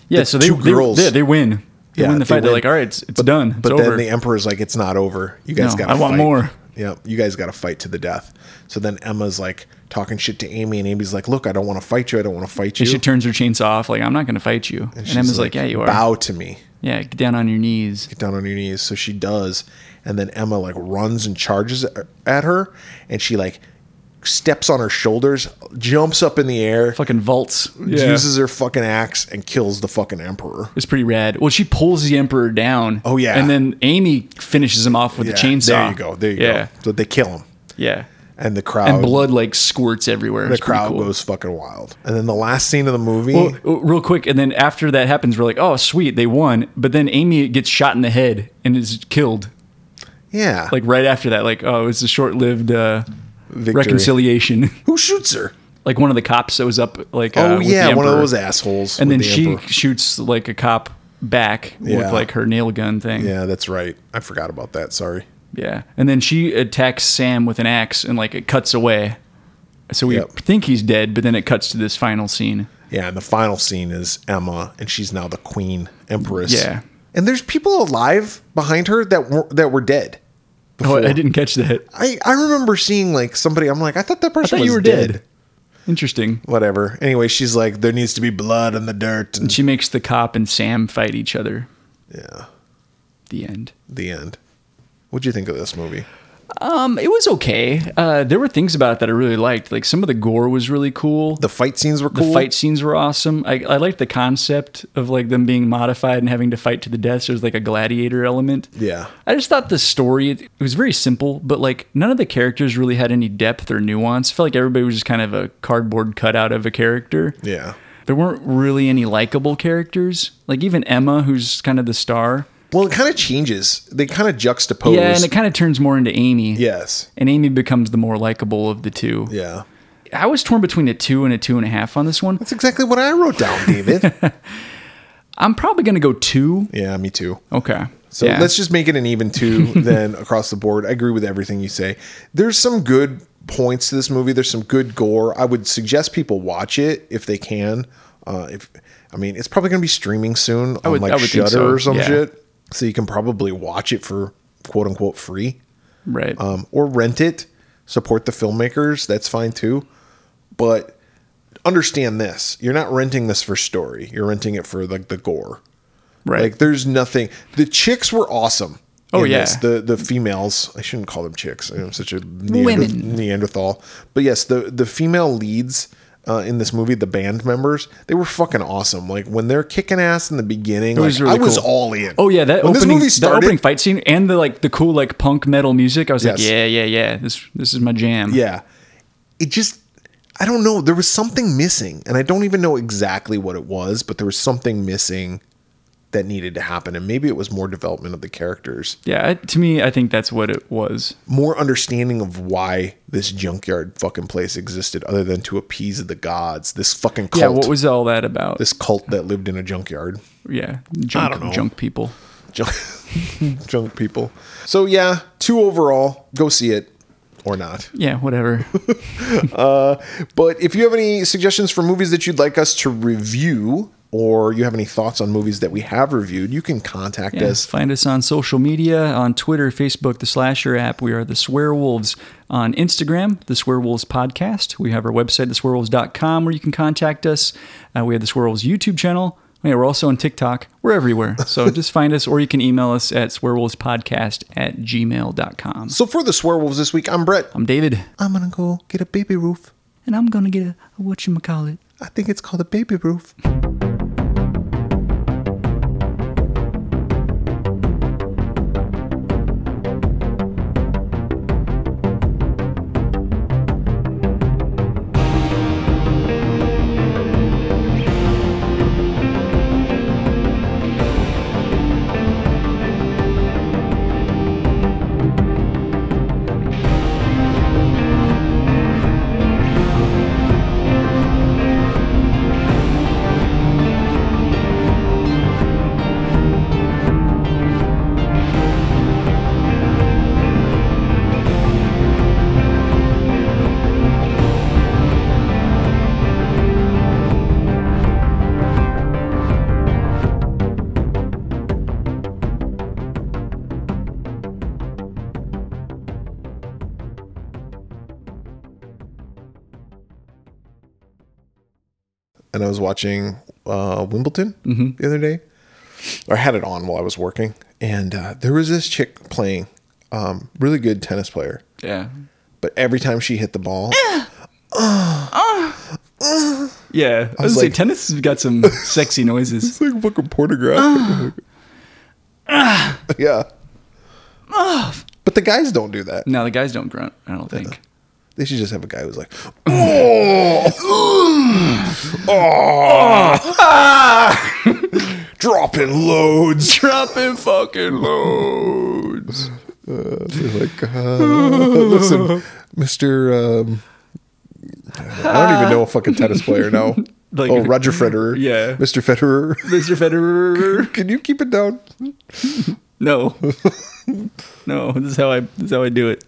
Yeah.
the
so they,
two
they-
girls-
yeah, they win. They
Yeah,
win the
they
fight. They're
win.
like, all right, it's, it's done. It's
but
over.
then the emperor's like, "It's not over. You guys
No,
got.
I want more."
Yeah, you guys got to fight to the death." So then Emma's like talking shit to Amy, and Amy's like, "Look, I don't want to fight you. I don't want to fight you."
and she turns her chainsaw off, like, I'm not going to fight you. And,
She's
Emma's like, yeah, you are.
Bow to me.
Yeah, get down on your knees.
Get down on your knees. So she does, and then Emma like runs and charges at her, and she like steps on her shoulders, jumps up in the air,
Fucking vaults.
uses her fucking axe, and kills the fucking emperor.
It's pretty rad. Well, she pulls the Emperor down.
Oh, yeah.
And then Amy finishes him off with
Yeah,
a chainsaw.
There you go. There you
yeah.
go. So they kill him,
Yeah.
and the crowd.
And blood like squirts everywhere.
The
It's pretty
crowd
cool.
goes fucking wild. And then the last scene of the movie.
Well, uh, real quick, and then after that happens, we're like, "Oh, sweet, they won!" But then Amy gets shot in the head and is killed.
yeah.
Like right after that, like, "Oh, it's a short-lived uh,
Victory.
reconciliation."
Who shoots her?
like one of the cops that was up, like, uh,
Oh
with
yeah,
the
one of
Emperor.
those assholes.
And
with
then
the
she
emperor.
shoots like a cop back
Yeah.
with like her nail gun thing.
Yeah, that's right. I forgot about that. Sorry.
Yeah. And then she attacks Sam with an axe and like it cuts away. So we
Yep.
think he's dead, but then it cuts to this final scene.
Yeah, and the final scene is Emma, and she's now the queen empress.
Yeah. Oh,
And there's people alive behind her that were that were dead.
Oh, I
before.
didn't catch that.
I, I remember seeing like somebody. I'm like, I thought that person
thought
was
you were
dead.
dead. Interesting.
Whatever. Anyway, she's like, there needs to be blood in the dirt, and
She makes the cop and Sam fight each other.
yeah,
The end.
the end. What'd you think of this movie?
Um, it was okay. Uh, there were things about it that I really liked. Like some of the gore was really cool.
The fight scenes were
The
cool.
fight scenes were awesome. I, I liked the concept of like them being modified and having to fight to the death. So there's like a gladiator element.
Yeah.
I just thought the story it was very simple, but like none of the characters really had any depth or nuance. I felt like everybody was just kind of a cardboard cutout of a character.
Yeah.
There weren't really any likable characters. Like even Emma, who's kind of the star.
Well, it kind of changes. They kind of juxtapose.
Yeah, and it kind of turns more into Amy.
yes.
And Amy becomes the more likable of the two.
Yeah.
I was torn between a two and a two and a half on this one.
That's exactly what I wrote down, David.
I'm probably gonna go two.
yeah, me too.
Okay.
So let's just make it an even two then across the board. I agree with everything you say. There's some good points to this movie. There's some good gore. I would suggest people watch it if they can. Uh, if I mean, it's probably going to be streaming soon on
would- I
like
would think
Shutter
so,
or some
yeah.
shit, so you can probably watch it for quote unquote free
right.
um, or rent it. Support the filmmakers. That's fine too. But understand this: you're not renting this for story. You're renting it for like the gore.
right.
Like there's nothing. The chicks were awesome.
Oh,
in
yeah.
The the females. I shouldn't call them chicks. I'm such a Neander-
Women.
Neanderthal. But yes, the the female leads uh, in this movie, the band members, they were fucking awesome. Like when they're kicking ass in the beginning,
was
like,
really
I was
cool.
all in.
Oh yeah, that
when
opening,
this movie
that opening
started.
fight scene and the like the cool like punk metal music. I was like,
Yes.
yeah, yeah, yeah. This this is my jam.
Yeah, it just. I don't know. There was something missing, and I don't even know exactly what it was, but there was something missing that needed to happen, and maybe it was more development of the characters.
yeah. I- To me, I think that's what it was.
more understanding of why this junkyard fucking place existed other than to appease the gods this fucking cult
Yeah. What was all that about?
this cult that lived in a junkyard
yeah, junk,
don't know.
junk people.
junk, junk people so yeah two overall go see it or not
Yeah, whatever.
but if you have any suggestions for movies that you'd like us to review or you have any thoughts on movies that we have reviewed you can contact
Yeah,
us
Find us on social media on Twitter, Facebook, the Slasher app. We are the Swearwolves. On Instagram, the Swearwolves Podcast. We have our website, theswearwolves.com, where you can contact us. Uh, we have the Swearwolves YouTube channel. Yeah, we're also on TikTok. We're everywhere. So just find us, or you can email us at swearwolvespodcast at gmail.com.
so for the swearwolves this week i'm brett
I'm David.
i'm gonna go get a baby roof
and I'm gonna get a, a whatchamacallit.
I think it's called a baby roof. And I was watching uh, Wimbledon the other day. Or I had it on while I was working, and uh, there was this chick playing, um, really good tennis player.
Yeah.
But every time she hit the ball,
Yeah. I
was
was like,
like-
tennis has got some sexy noises.
It's like a fucking pornograph. yeah. But the guys don't do that.
No, the guys don't grunt, I don't think.
They should just have a guy who's like, "Oh, ah, dropping loads.
Dropping fucking loads.
They're like, uh, listen, Mister. Um, I don't even know a fucking tennis player now.
Like-
oh, Roger Federer.
Yeah.
Mister Federer.
Mr. Federer.
Can you keep it down?
No. no, this is how I this is how I do it.